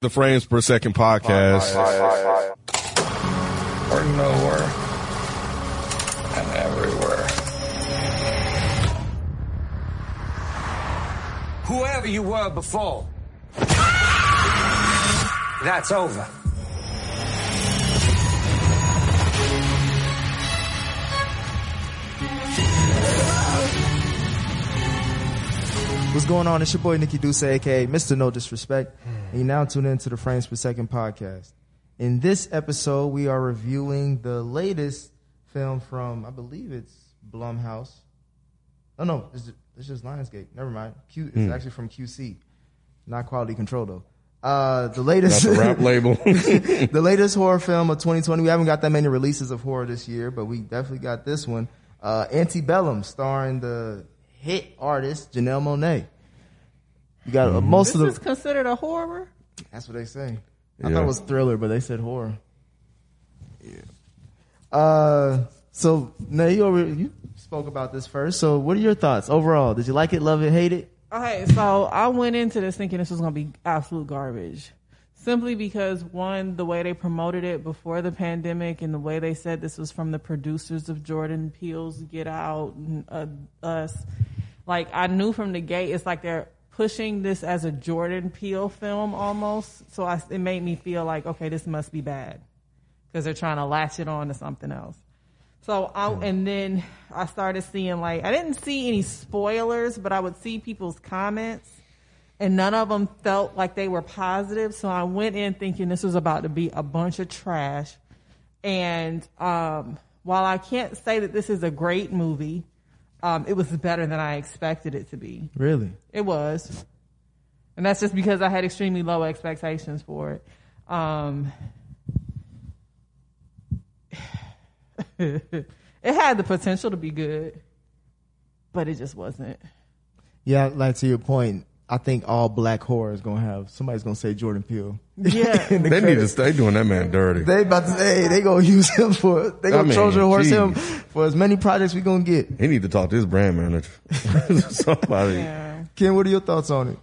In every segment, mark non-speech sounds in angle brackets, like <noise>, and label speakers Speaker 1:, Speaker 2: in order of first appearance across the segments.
Speaker 1: The Frames Per Second podcast.
Speaker 2: We're nowhere and everywhere.
Speaker 3: Whoever you were before, that's over.
Speaker 4: What's going on? It's your boy Nikki Duce, aka Mr. No Disrespect.
Speaker 1: Hmm.
Speaker 4: And you now tune into the Frames Per Second podcast. In this episode, we are reviewing the latest film from, I believe it's Blumhouse. Oh no, it's just, it's just Lionsgate. Never mind. Q, it's
Speaker 1: Hmm.
Speaker 4: actually from QC, not Quality Control though. Uh, the latest
Speaker 1: That's a
Speaker 4: <laughs>
Speaker 1: rap label.
Speaker 4: the latest horror film of 2020. We haven't got that many releases of horror this year, but we definitely got this one. Uh, Antebellum, starring the hit artist Janelle Monet. You got uh, most of the.
Speaker 5: This is considered a horror.
Speaker 4: That's what they say. I
Speaker 1: Yeah.
Speaker 4: thought it was thriller, but they said horror. Yeah. Uh, so now you over, you spoke about this first. So what are your thoughts overall? Did you like it, love it, hate it?
Speaker 5: Okay, so I went into this thinking this was gonna be absolute garbage, simply because one, the way they promoted it before the pandemic, and the way they said this was from the producers of Jordan Peele's Get Out and uh, Us. Like I knew from the gate, it's like they're pushing this as a Jordan Peele film almost. So I, it made me feel like, okay, this must be bad, because they're trying to latch it on to something else. So I and then I started seeing like I didn't see any spoilers, but I would see people's comments, and none of them felt like they were positive. So I went in thinking this was about to be a bunch of trash. And um, while I can't say that this is a great movie, um, it was better than I expected it to be.
Speaker 4: Really?
Speaker 5: It was. And that's just because I had extremely low expectations for it. Um, <sighs> it had the potential to be good, but it just wasn't.
Speaker 4: Yeah, like to your point. I think all black horror is gonna have somebody's gonna say Jordan Peele.
Speaker 5: <laughs> Yeah.
Speaker 1: <laughs> they need to stay doing that man dirty.
Speaker 4: They about to say they gonna <laughs> use him for they
Speaker 1: I
Speaker 4: gonna
Speaker 1: mean,
Speaker 4: Trojan horse
Speaker 1: geez.
Speaker 4: him for as many projects we gonna get.
Speaker 1: he need to talk to his brand manager. <laughs> Somebody.
Speaker 5: yeah.
Speaker 4: Ken, what are your thoughts on it?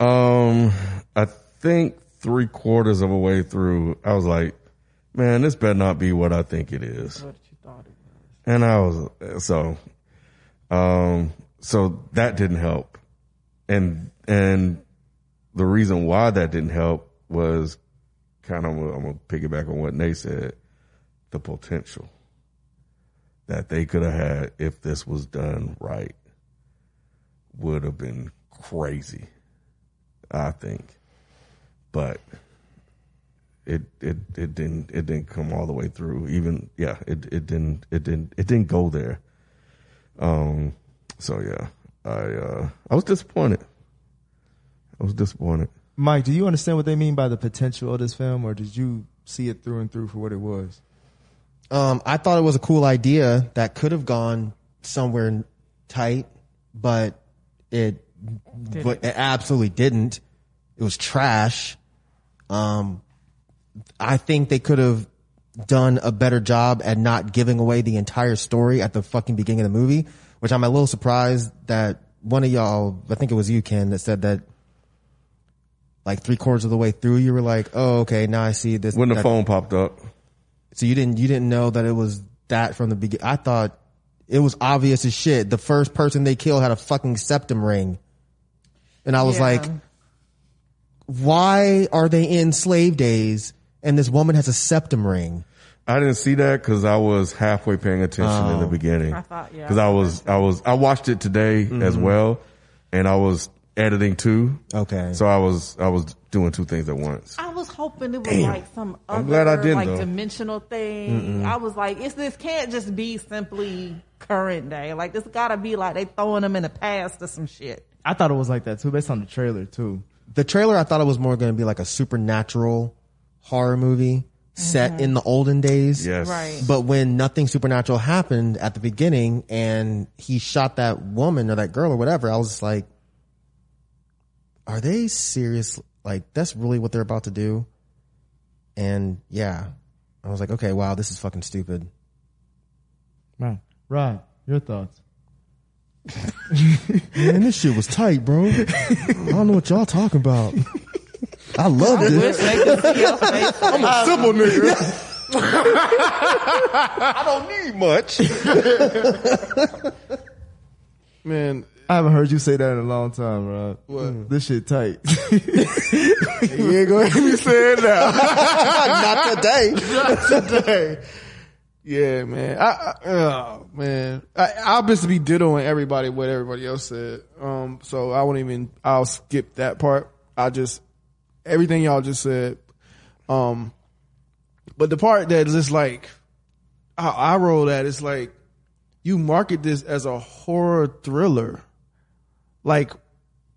Speaker 1: Um, I think three quarters of a way through, I was like, man, this better not be what I think it is.
Speaker 5: What you thought it was.
Speaker 1: And I was, so, um, so that didn't help. And, and the reason why that didn't help was kind of, I'm going to piggyback on what Nate said, the potential that they could have had if this was done right would have been crazy. I think, but it it it didn't it didn't come all the way through. Even yeah, it it didn't it didn't it didn't go there. Um. So yeah, I uh I was disappointed. I was disappointed.
Speaker 4: Mike, do you understand what they mean by the potential of this film, or did you see it through and through for what it was?
Speaker 6: Um, I thought it was a cool idea that could have gone somewhere tight, but it, but it absolutely didn't. It was trash. Um, I think they could have done a better job at not giving away the entire story at the fucking beginning of the movie, which I'm a little surprised that one of y'all, I think it was you, Ken, that said that like three quarters of the way through, you were like, oh, okay, now I see this.
Speaker 1: When the
Speaker 6: that-
Speaker 1: phone popped up,
Speaker 6: so you didn't you didn't know that it was that from the beginning. I thought it was obvious as shit. The first person they killed had a fucking septum ring, and I was
Speaker 5: Yeah.
Speaker 6: like, why are they in slave days? And this woman has a septum ring.
Speaker 1: I didn't see that because I was halfway paying attention
Speaker 6: Oh.
Speaker 1: in the beginning.
Speaker 5: I thought- yeah.
Speaker 1: because I was I was I watched it today
Speaker 6: Mm-hmm.
Speaker 1: as well, and I was editing too.
Speaker 6: Okay.
Speaker 1: So I was I was doing two things at once.
Speaker 5: I was hoping it was like some other
Speaker 1: I'm glad I didn't,
Speaker 5: like
Speaker 1: though.
Speaker 5: dimensional thing. I was like, it's this can't just be simply current day. Like this gotta be like they throwing them in the past or some shit.
Speaker 4: I thought it was like that too, based on the trailer too.
Speaker 6: The trailer, I thought it was more going to be like a supernatural horror movie set in the olden days.
Speaker 1: Yes.
Speaker 5: Right.
Speaker 6: But when nothing supernatural happened at the beginning and he shot that woman or that girl or whatever, I was just like, are they serious? Like, that's really what they're about to do? And yeah, I was like, okay, wow, this is fucking stupid.
Speaker 4: Right. Rod, your thoughts?
Speaker 6: <laughs> Man, this shit was tight, bro. I don't know what y'all talking about. I love
Speaker 5: Wish
Speaker 6: this.
Speaker 5: they could see your
Speaker 6: <laughs>
Speaker 5: face.
Speaker 7: I'm a simple nigga. <laughs> I don't need much.
Speaker 6: <laughs>
Speaker 1: Man,
Speaker 4: I haven't heard you say that in a long time, Rob.
Speaker 1: What?
Speaker 4: This shit tight. <laughs>
Speaker 1: you ain't gonna hear me saying that.
Speaker 6: Not today.
Speaker 1: today. Yeah, man. I, I oh man. I, I'll just be diddling everybody what everybody else said. Um, so I won't even. I'll skip that part. I just everything y'all just said. Um, but the part that is just like I, I roll that it's like you market this as a horror thriller. Like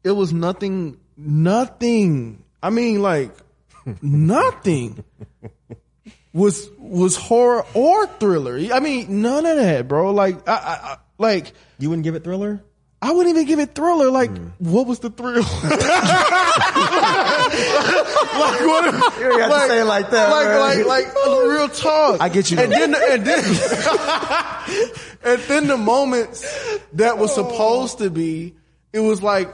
Speaker 1: it was nothing, nothing. I mean, like <laughs> nothing was was horror or thriller. I mean, none of that, bro. Like, I, I, I like
Speaker 6: You wouldn't give it Thriller?
Speaker 1: I wouldn't even give it thriller. Like, what was the thrill? <laughs> like, what? You
Speaker 4: ain't got to say it like that,
Speaker 1: Like,
Speaker 4: man.
Speaker 1: like, like, real talk.
Speaker 4: I get you,
Speaker 1: And
Speaker 4: though.
Speaker 1: then, and then, <laughs> and then the moments that was supposed to be, it was like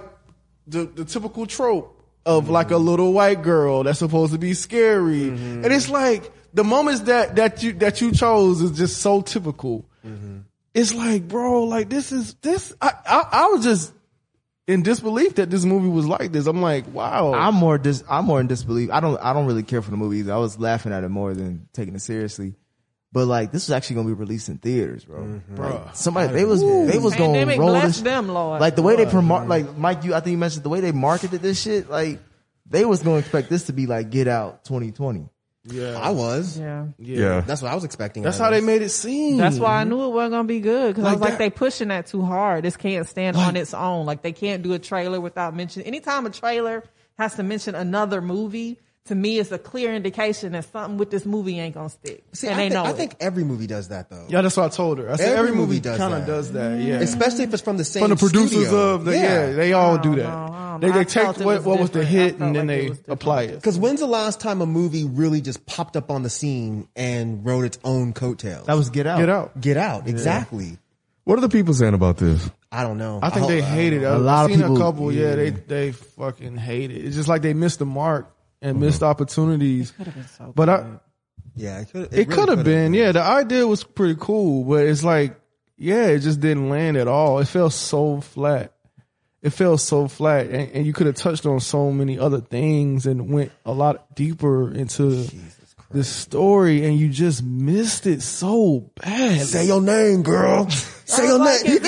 Speaker 1: the the typical trope of like a little white girl that's supposed to be scary,
Speaker 4: Mm-hmm.
Speaker 1: and it's like the moments that that you that you chose is just so typical
Speaker 4: Mm-hmm.
Speaker 1: it's like, bro, like this is this. I, I I was just in disbelief that this movie was like this. I'm like, wow.
Speaker 4: I'm more dis- I'm more in disbelief. I don't I don't really care for the movie either. I was laughing at it more than taking it seriously. But like this was actually gonna be released in theaters, bro. Like, somebody they was they was gonna
Speaker 5: Pandemic
Speaker 4: roll
Speaker 5: bless
Speaker 4: this sh-
Speaker 5: them, Lord.
Speaker 4: Like the way they promote, like Mike, you I think you mentioned the way they marketed this shit. Like they was gonna expect this to be like Get Out 2020.
Speaker 6: I was.
Speaker 5: yeah.
Speaker 7: Yeah.
Speaker 6: That's what I was expecting.
Speaker 1: That's
Speaker 6: out
Speaker 1: how
Speaker 6: of
Speaker 1: they
Speaker 6: this.
Speaker 1: made it seem.
Speaker 5: That's why I knew it wasn't gonna be good because I
Speaker 1: Like
Speaker 5: was like,
Speaker 1: that-
Speaker 5: they pushing that too hard. This can't stand on its own. Like they can't do a trailer without mentioning. Anytime a trailer has to mention another movie, to me, it's a clear indication that something with this movie ain't gonna stick.
Speaker 6: See,
Speaker 5: and
Speaker 6: I,
Speaker 5: they
Speaker 6: think,
Speaker 5: know.
Speaker 6: I
Speaker 5: it.
Speaker 6: think every movie does that though.
Speaker 1: yeah, that's what I told her. I said every,
Speaker 6: Every
Speaker 1: movie,
Speaker 6: movie does
Speaker 1: kind of
Speaker 6: that.
Speaker 1: does that. Yeah.
Speaker 6: Especially if it's from the same
Speaker 1: From the producers
Speaker 6: studio.
Speaker 1: of the, yeah. they all do that.
Speaker 5: know, Oh, I don't
Speaker 1: they
Speaker 5: know. I
Speaker 1: they take
Speaker 5: felt it
Speaker 1: what,
Speaker 5: was
Speaker 1: what was the
Speaker 5: different. I
Speaker 1: hit
Speaker 5: felt
Speaker 1: and then
Speaker 5: like it
Speaker 1: they
Speaker 5: was different.
Speaker 1: apply it.
Speaker 6: Because when's the last time a movie really just popped up on the scene and wrote its own coattails?
Speaker 4: That was Get Out.
Speaker 1: Get out.
Speaker 6: Get Out, exactly.
Speaker 7: What are the people saying about this?
Speaker 6: I don't know.
Speaker 1: I think
Speaker 5: Oh,
Speaker 1: they hate it. I've
Speaker 4: lot of
Speaker 1: seen
Speaker 4: people-
Speaker 1: a couple. Yeah, they they fucking hate it. It's just like they missed the mark and
Speaker 7: Uh-huh.
Speaker 1: missed opportunities. <laughs> but I.
Speaker 6: Yeah, it could.
Speaker 1: It could have been. Yeah, the idea was pretty cool, but it's like, yeah, it just didn't land at all. It fell so flat. It fell so flat, and, and you could have touched on so many other things and went a lot deeper into the story, and you just missed it so bad.
Speaker 6: Say your name, girl. Say your
Speaker 5: like,
Speaker 6: name.
Speaker 5: is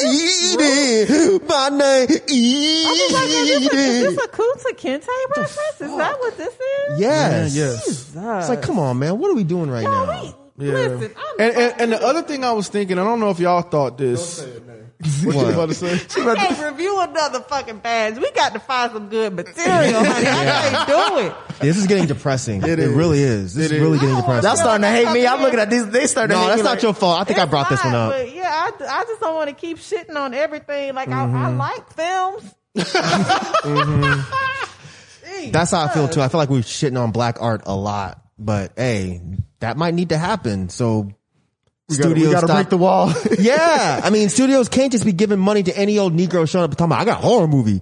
Speaker 5: this
Speaker 6: Eden. My name.
Speaker 5: I was like, is this, a, is
Speaker 6: Eden.
Speaker 5: this a Kunta Kinte reference? Is that what this is?
Speaker 6: Yes.
Speaker 1: Yeah, yes.
Speaker 6: It's like, come on, man. What are we doing right now?
Speaker 5: Wait, Listen, I'm
Speaker 1: And, and and the other thing I was thinking, I don't know if y'all thought this. What you
Speaker 6: What?
Speaker 1: about to say?
Speaker 5: We can't review another fucking badge. We got to find some good material, honey. I can't do it.
Speaker 6: This is getting depressing. It,
Speaker 1: is.
Speaker 6: really is. This
Speaker 1: It
Speaker 6: is
Speaker 1: is.
Speaker 6: really getting
Speaker 5: I don't wanna
Speaker 6: depressing.
Speaker 4: Y'all starting to hate me. I'm looking at these. They starting to
Speaker 6: no,
Speaker 4: hate
Speaker 6: that's
Speaker 4: me
Speaker 6: not
Speaker 4: like-
Speaker 6: your fault. I think I
Speaker 5: It's
Speaker 6: brought this
Speaker 5: not,
Speaker 6: one up.
Speaker 5: But yeah, I, I just don't want to keep shitting on everything. Like I, I like films.
Speaker 6: That's how I feel too. I feel like we're shitting on black art a lot, but hey, that might need to happen. So
Speaker 4: We
Speaker 6: studios
Speaker 4: gotta
Speaker 6: stop-
Speaker 4: break the wall.
Speaker 6: yeah, I mean, studios can't just be giving money to any old Negro showing up and talking about I got a horror movie.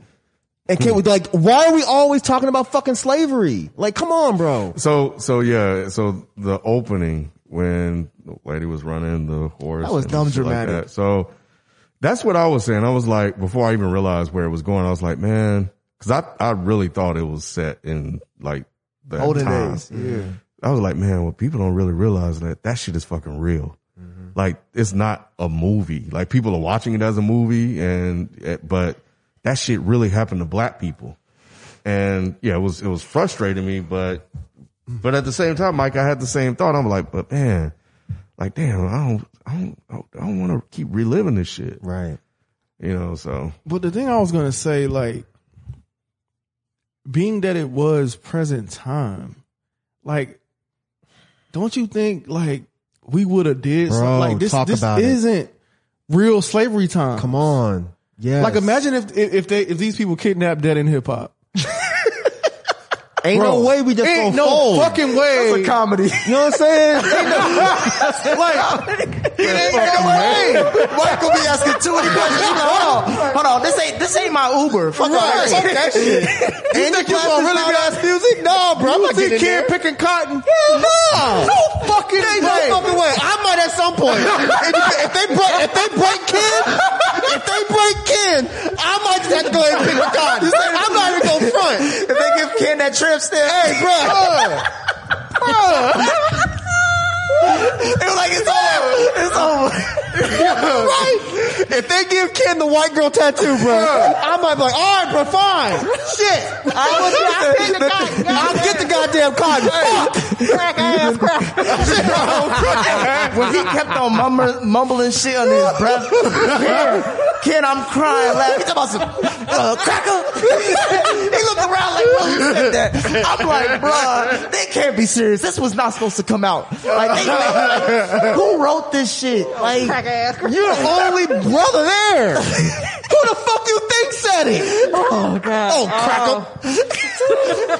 Speaker 6: And can't we like? Why are we always talking about fucking slavery? Like, come on, bro.
Speaker 7: So, so yeah, so the opening when the lady was running the horse.
Speaker 4: That was
Speaker 7: and
Speaker 4: dumb
Speaker 7: shit like
Speaker 4: dramatic.
Speaker 7: that. So that's what I was saying. I was like, before I even realized where it was going, I was like, man, cause I, I really thought it was set in like the
Speaker 4: Olden
Speaker 7: time.
Speaker 4: days. Yeah.
Speaker 7: I was like, man, what people don't really realize that that shit is fucking real. Like it's not a movie. Like people are watching it as a movie and, eh, but that shit really happened to black people. And yeah, it was, it was frustrating me, but, but at the same time, Mike, I had the same thought. I'm like, but man, like, damn, I don't, I don't, I don't want to keep reliving this shit,
Speaker 6: Right.
Speaker 7: you know? So
Speaker 1: But the thing I was gonna say, like, being that it was present time, like, don't you think like we would have did
Speaker 6: Bro,
Speaker 1: something like this?
Speaker 6: talk
Speaker 1: This
Speaker 6: about it.
Speaker 1: isn't real slavery time.
Speaker 6: Come on. Yeah.
Speaker 1: Like, imagine if if if they if these people kidnapped dead in hip hop.
Speaker 6: Ain't no way we just
Speaker 1: Oh,
Speaker 8: Ain't
Speaker 6: gonna
Speaker 8: no
Speaker 6: fold.
Speaker 8: fucking way.
Speaker 4: That's a comedy.
Speaker 6: <laughs> you know what I'm saying? Ain't no- <laughs>
Speaker 4: ain't no way. Michael be asking too many questions. He be like, hold on, hold on. This ain't this ain't my Uber. Fuck
Speaker 6: Right,
Speaker 4: all
Speaker 6: fuck
Speaker 4: that.
Speaker 6: that <laughs> shit. You think you gonna really be ass music? No, bro. I'm
Speaker 8: You
Speaker 6: not
Speaker 8: think
Speaker 6: getting in
Speaker 8: kid
Speaker 6: there.
Speaker 8: picking cotton?
Speaker 6: No.
Speaker 8: No fucking
Speaker 6: Ain't no
Speaker 8: way.
Speaker 6: fucking way. I might at some point. If, if they break, if they break Ken, if they break Ken, I might just have to go ahead and pick a cotton. I'm not even gonna front. If they give Ken that trip still, hey, bro. It was like it's over. It's over. right? If they give Ken the white girl
Speaker 4: <laughs>
Speaker 6: tattoo, bro, I might be like, all right, bro, fine. Shit.
Speaker 4: <laughs>
Speaker 6: I was, I picked the cotton. I'll get the goddamn cotton. Fuck. Crack ass crack.
Speaker 4: <laughs>
Speaker 6: Shit,
Speaker 4: When he kept on mummer, mumbling shit under his
Speaker 6: <laughs>
Speaker 4: breath, Ken, I'm crying, laughing. He talking about some <laughs> uh, cracker. he looked around like, bro, who said that? I'm like, bruh, they can't be serious. This was not supposed to come out. Like, they, like, who wrote this shit? Like,
Speaker 6: You're the only
Speaker 4: <laughs>
Speaker 6: brother there. Who the fuck you think said it?
Speaker 5: Oh god.
Speaker 6: Oh, crack up.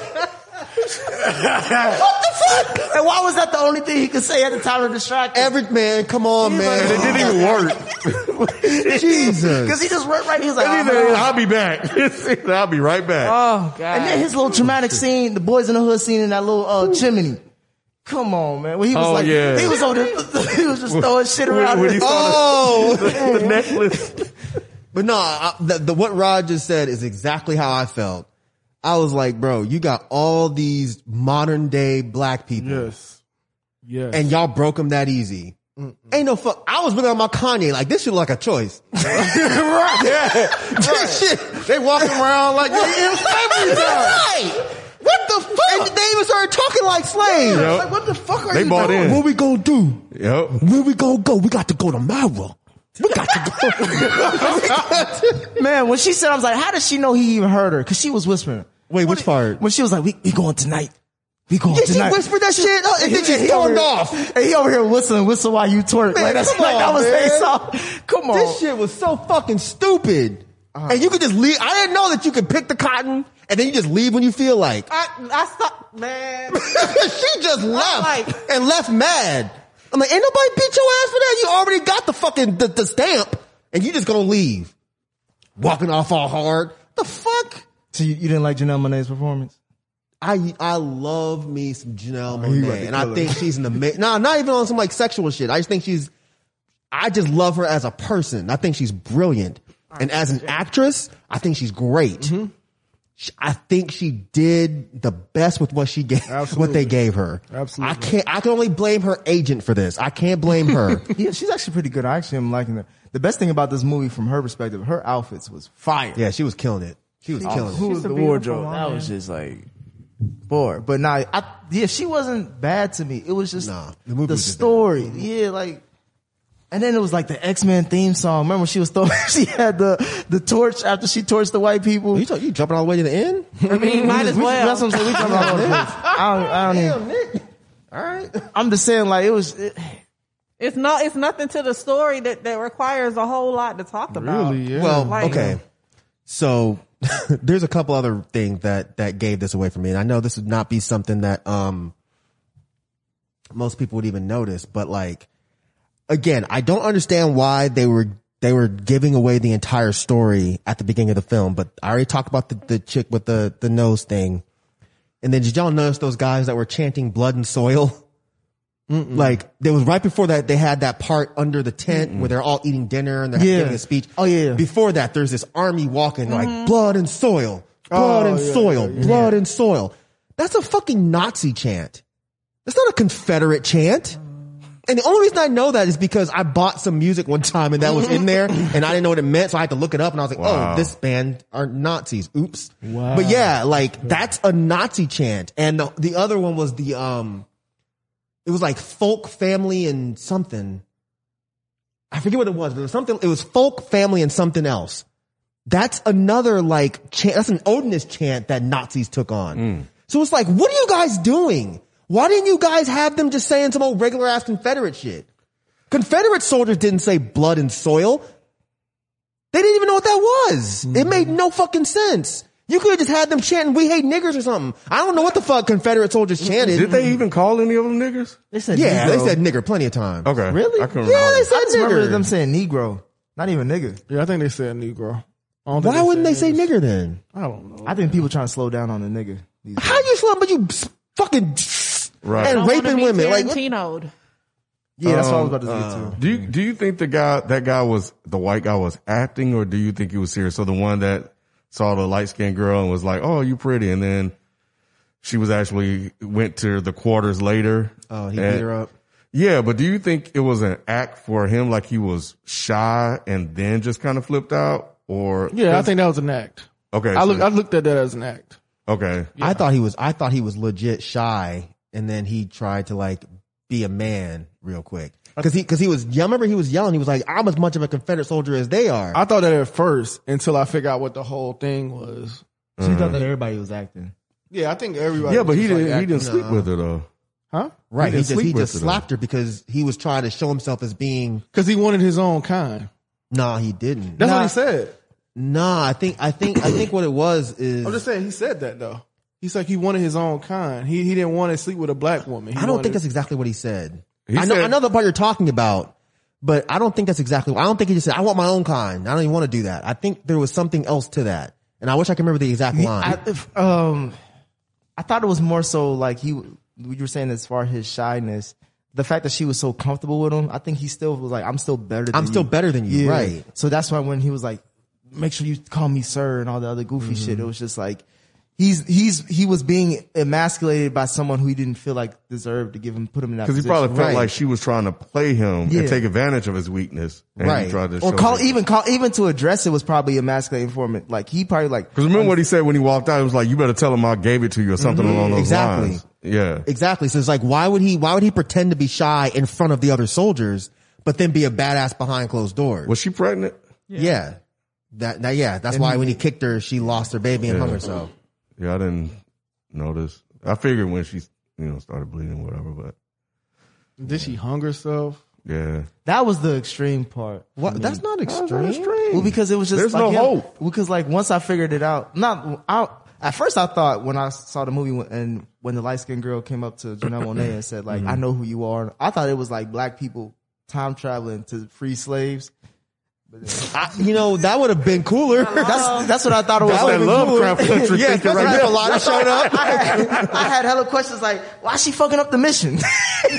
Speaker 4: and why was that the only thing he could say at the time to distract him?
Speaker 6: Every man, come on, man.
Speaker 1: It didn't even work.
Speaker 6: <laughs> Jesus.
Speaker 4: Because he just went right. He was like,
Speaker 1: It's
Speaker 4: "Oh,
Speaker 1: either
Speaker 4: man."
Speaker 1: I'll
Speaker 7: <laughs>
Speaker 1: be back. It's either I'll be right back.
Speaker 5: Oh god.
Speaker 4: and then his little traumatic scene, the boys in the hood scene in that little uh, chimney. Come on, man. When he was
Speaker 1: Oh,
Speaker 4: like,
Speaker 1: yeah.
Speaker 4: he was on, the, <laughs> he was just throwing shit around.
Speaker 1: When, when you saw
Speaker 6: Oh,
Speaker 1: <laughs> the, the necklace,
Speaker 6: but no, I, the, the what Rod just said is exactly how I felt. I was like, bro, you got all these modern day black people,
Speaker 8: Yes. Yes.
Speaker 6: and y'all broke them that easy. Ain't no fuck. I was looking at my Kanye like this shit look like a choice.
Speaker 8: <laughs> right.
Speaker 6: This shit
Speaker 8: They walking around like they in slavery time.
Speaker 6: Right. What the fuck? And they even started talking like slaves.
Speaker 1: Yep.
Speaker 8: Like what the fuck are
Speaker 1: They <laughs>
Speaker 8: you
Speaker 1: bought
Speaker 8: doing?
Speaker 1: in.
Speaker 6: What we gonna do?
Speaker 1: yep.
Speaker 6: Where we gonna go? We got to go to Myra. We got to go.
Speaker 4: Man, when she said, I was like, how did she know he even heard her? Because she was whispering.
Speaker 6: Wait, which part?
Speaker 4: When she was like, we, we going tonight. We going
Speaker 6: Did she
Speaker 4: tonight.
Speaker 6: whisper that shit? Oh, and then she stormed
Speaker 4: over here-
Speaker 6: off.
Speaker 4: And he over here whistling, whistle while you twerk.
Speaker 6: Man,
Speaker 4: like, that's
Speaker 6: come
Speaker 4: like, that
Speaker 6: on,
Speaker 4: was
Speaker 6: man.
Speaker 4: their song. Come on.
Speaker 6: This shit was so fucking stupid.
Speaker 8: Uh-huh.
Speaker 6: And you could just leave. I didn't know that you could pick the cotton and then you just leave when you feel like.
Speaker 5: I, I stopped, man.
Speaker 6: <laughs> she just left
Speaker 5: like-
Speaker 6: and left mad. I'm like, ain't nobody beat your ass for that. You already got the fucking the, the stamp, and you just gonna leave, walking off all hard. The fuck?
Speaker 4: So you, you didn't like Janelle Monae's performance?
Speaker 6: I I love me some Janelle
Speaker 4: you about
Speaker 6: Monae,
Speaker 4: to
Speaker 6: and I
Speaker 4: kill
Speaker 6: think
Speaker 4: her.
Speaker 6: she's an amazing. Nah, not even on some like sexual shit. I just think she's. I just love her as a person. I think she's brilliant, and as an actress, I think she's great. Sh- I think she did the best with <laughs> what she gave, what they gave her.
Speaker 8: Absolutely.
Speaker 6: I can't. I can only blame her agent for this. I can't blame her.
Speaker 4: Yeah, she's actually pretty good. I actually am liking her. The best thing about this movie from her perspective, her outfits was fire.
Speaker 6: yeah, she was killing it. She was killing
Speaker 4: Who
Speaker 6: it.
Speaker 5: She's
Speaker 4: was
Speaker 5: a
Speaker 4: the
Speaker 5: beautiful
Speaker 4: wardrobe? That
Speaker 5: woman.
Speaker 4: was just like bored. But now, I, yeah, she wasn't bad to me. It was just
Speaker 6: Nah, the
Speaker 4: the,
Speaker 6: movie was just bad.
Speaker 4: story. Yeah, like, and then it was like the X Men theme song. Remember when she was throwing? <laughs> she had the the torch after she torched the white people.
Speaker 6: You, talk, you jumping all the way to the end?
Speaker 5: I mean, might as
Speaker 4: We-
Speaker 5: well.
Speaker 4: That's what I'm saying. We talking about all the place. <laughs> I don't, I don't even,
Speaker 6: all right.
Speaker 4: I'm just saying, like it was. It,
Speaker 5: It's not. It's nothing to the story that that requires a whole lot to talk about.
Speaker 8: Really, yeah.
Speaker 6: Well,
Speaker 5: Like-
Speaker 6: okay. So <laughs> there's a couple other things that that gave this away for me, and I know this would not be something that um most people would even notice, but like again, I don't understand why they were they were giving away the entire story at the beginning of the film. But I already talked about the, the chick with the the nose thing, and then did y'all notice those guys that were chanting "blood and soil"? <laughs> Like it was right before that they had that part under the tent where they're all eating dinner and they're
Speaker 4: Yeah.
Speaker 6: giving a speech.
Speaker 4: Oh, yeah, yeah.
Speaker 6: Before that, there's this army walking like blood and soil,
Speaker 8: Mm-hmm.
Speaker 6: blood
Speaker 8: Oh,
Speaker 6: and
Speaker 8: yeah,
Speaker 6: soil, blood and soil. That's a fucking Nazi chant. That's not a Confederate chant. And the only reason I know that is because I bought some music one time and that was in there and I didn't know what it meant. So I had to look it up and I was like,
Speaker 1: Wow.
Speaker 6: oh, this band are Nazis. Oops. But yeah, like that's a Nazi chant. And the, the other one was the, um, it was like folk family and something. I forget what it was, but it was something, it was folk family and something else. That's another like chant. That's an Odinist chant that Nazis took on.
Speaker 1: Mm.
Speaker 6: So it's like, what are you guys doing? Why didn't you guys have them just saying some old regular ass Confederate shit? Confederate soldiers didn't say
Speaker 1: Mm.
Speaker 6: blood and soil. They didn't even know what that was. It made no fucking sense. You could have just had them chanting, we hate niggers or something. I don't know what the fuck Confederate soldiers chanted.
Speaker 1: Mm, Did they even call any of them niggers?
Speaker 4: They said
Speaker 6: yeah,
Speaker 4: Negro.
Speaker 6: they said nigger plenty of times.
Speaker 1: Okay.
Speaker 6: Really?
Speaker 1: I couldn't
Speaker 6: yeah,
Speaker 1: remember.
Speaker 6: they
Speaker 4: I
Speaker 6: said
Speaker 4: just remember
Speaker 6: nigger.
Speaker 4: them saying Negro, not even nigga.
Speaker 8: Yeah, I think they said Negro. I don't think
Speaker 6: Why wouldn't they say
Speaker 8: niggas.
Speaker 6: nigger then?
Speaker 8: I don't know.
Speaker 4: I think people trying to slow down on the nigga. these days.
Speaker 6: How you slum, but you s- fucking
Speaker 1: Right.
Speaker 6: and raping women? Like, what-
Speaker 5: Tarantino'd.
Speaker 4: Yeah, that's what I was about to say
Speaker 6: Oh,
Speaker 4: too.
Speaker 1: Do you do you think the guy that guy was the white guy was acting or do you think he was serious? So the one that saw the light skinned girl and was like, "Oh, you pretty," and then she was actually went to the quarters later.
Speaker 6: oh, he
Speaker 1: And-
Speaker 6: beat her up.
Speaker 1: Yeah, but do you think it was an act for him, like he was shy and then just kind of flipped out, or
Speaker 8: Yeah, I think that was an act.
Speaker 1: okay,
Speaker 8: I
Speaker 1: so-
Speaker 8: look. I looked at that as an act.
Speaker 1: okay,
Speaker 6: I thought he was. I thought he was legit shy, and then he tried to like be a man real quick because he because he was. I remember he was yelling. He was like, "I'm as much of a Confederate soldier as they are."
Speaker 8: I thought that at first until I figured out what the whole thing was.
Speaker 4: She
Speaker 6: Mm-hmm.
Speaker 4: thought that everybody was acting.
Speaker 8: Yeah, I think everybody.
Speaker 1: yeah, but
Speaker 8: was
Speaker 1: he
Speaker 8: just,
Speaker 1: didn't
Speaker 8: like,
Speaker 1: he didn't
Speaker 8: acting,
Speaker 1: sleep
Speaker 8: uh,
Speaker 1: with her though.
Speaker 8: huh?
Speaker 6: right? He,
Speaker 1: didn't
Speaker 6: just he
Speaker 1: sleep with
Speaker 6: just
Speaker 1: her, though.
Speaker 6: slapped her because he was trying to show himself as being.
Speaker 8: Because he wanted his own kind.
Speaker 6: Nah, he didn't.
Speaker 8: That's
Speaker 6: nah,
Speaker 8: what he said.
Speaker 6: Nah, I think I think I think what it
Speaker 1: <coughs>
Speaker 6: was is.
Speaker 8: I'm just saying he said that though. He's like he wanted his own kind. He he didn't want to sleep with a black woman. He
Speaker 6: I don't think
Speaker 8: wanted-
Speaker 6: that's exactly what he said.
Speaker 1: He
Speaker 6: I know
Speaker 1: said-
Speaker 6: I know the part you're talking about, but I don't think that's exactly. I don't think he just said, "I want my own kind." I don't even want to do that. I think there was something else to that, and I wish I could remember the exact line.
Speaker 4: I, if, um, I thought it was more so like he. You were saying as far as his shyness, the fact that she was so comfortable with him. I think he still was like, "I'm still better. than
Speaker 6: I'm still
Speaker 4: you."
Speaker 6: better than you,
Speaker 4: Yeah.
Speaker 6: right?
Speaker 4: So that's why when he was like, "Make sure you call me sir" and all the other goofy
Speaker 6: Mm-hmm.
Speaker 4: shit, it was just like he's he's he was being emasculated by someone who he didn't feel like deserved to give him put him in that.
Speaker 1: Because he
Speaker 4: position.
Speaker 1: probably felt
Speaker 6: Right.
Speaker 1: like she was trying to play him
Speaker 4: Yeah.
Speaker 1: and take advantage of his weakness, and
Speaker 6: Right.
Speaker 1: He tried to
Speaker 4: or
Speaker 1: show
Speaker 4: call
Speaker 1: it.
Speaker 4: even call even to address it was probably emasculating for him. Like he probably like
Speaker 1: Because remember what he said when he walked out? He was like, "You better tell him I gave it to you" or something along those
Speaker 6: Mm-hmm. exactly.
Speaker 1: lines. Yeah,
Speaker 6: Exactly. So it's like, why would he? Why would he pretend to be shy in front of the other soldiers, but then be a badass behind closed doors?
Speaker 1: was she pregnant?
Speaker 6: yeah. That, that yeah. That's why when he kicked her, she lost her baby and hung herself.
Speaker 1: Yeah, I didn't notice. I figured when she, you know, started bleeding, or whatever. But
Speaker 8: Did she hung herself?
Speaker 1: yeah,
Speaker 4: that was the extreme part.
Speaker 6: What? That's not extreme.
Speaker 4: Well, because it was just
Speaker 1: There's
Speaker 4: like
Speaker 1: no
Speaker 4: him-
Speaker 1: hope.
Speaker 4: Because like once I figured it out, not I. At first, I thought when I saw the movie when- and when the light skinned girl came up to Janelle Monet and said
Speaker 1: Mm-hmm.
Speaker 4: like, "I know who you are," I thought it was like black people time traveling to free slaves.
Speaker 6: I, you know that would have been cooler.
Speaker 4: That's that's what I thought it was.
Speaker 1: That's
Speaker 4: like.
Speaker 1: that
Speaker 6: <laughs>
Speaker 1: Lovecraft country
Speaker 6: yeah,
Speaker 1: thinking right
Speaker 6: right
Speaker 1: there.
Speaker 6: A lot of showed up.
Speaker 4: I had, I had hella questions like, why she fucking up the mission? <laughs>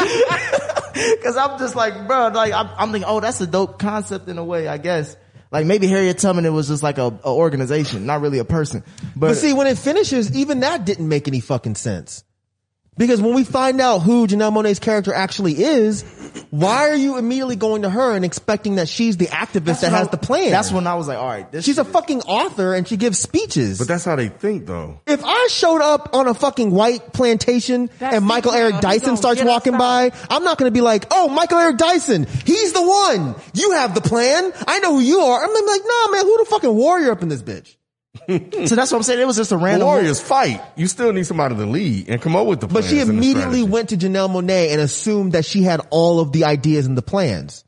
Speaker 4: Cause I'm just like, bro, like I'm, I'm thinking, oh, that's a dope concept in a way, I guess. Like maybe Harriet Tubman, it was just like a, a organization, not really a person. But,
Speaker 6: <laughs> But see, when it finishes, even that didn't make any fucking sense. Because when we find out who Janelle Monet's character actually is, why are you immediately going to her and expecting that she's the activist that
Speaker 4: when
Speaker 6: has
Speaker 4: I-
Speaker 6: the plan?
Speaker 4: That's when I was like, all right, this
Speaker 6: she's a
Speaker 4: shit-
Speaker 6: fucking author and she gives speeches.
Speaker 1: but that's how they think, though.
Speaker 6: if I showed up on a fucking white plantation
Speaker 5: That's
Speaker 6: and Michael
Speaker 5: it,
Speaker 6: Eric
Speaker 5: bro. You
Speaker 6: Dyson
Speaker 5: gonna
Speaker 6: starts
Speaker 5: get us
Speaker 6: walking by,
Speaker 5: out.
Speaker 6: I'm not going to be like, "Oh, Michael Eric Dyson, he's the one. You have the plan. I know who you are." I'm gonna be like, "Nah, man, who the fucking warrior up in this bitch?"
Speaker 4: So that's what I'm saying. It was just a
Speaker 1: The
Speaker 4: random.
Speaker 1: Warriors fight. You still need somebody to lead and come up with the.
Speaker 6: But she
Speaker 1: plans and the
Speaker 6: immediately
Speaker 1: strategy.
Speaker 6: went to Janelle Monet and assumed that she had all of the ideas and the plans.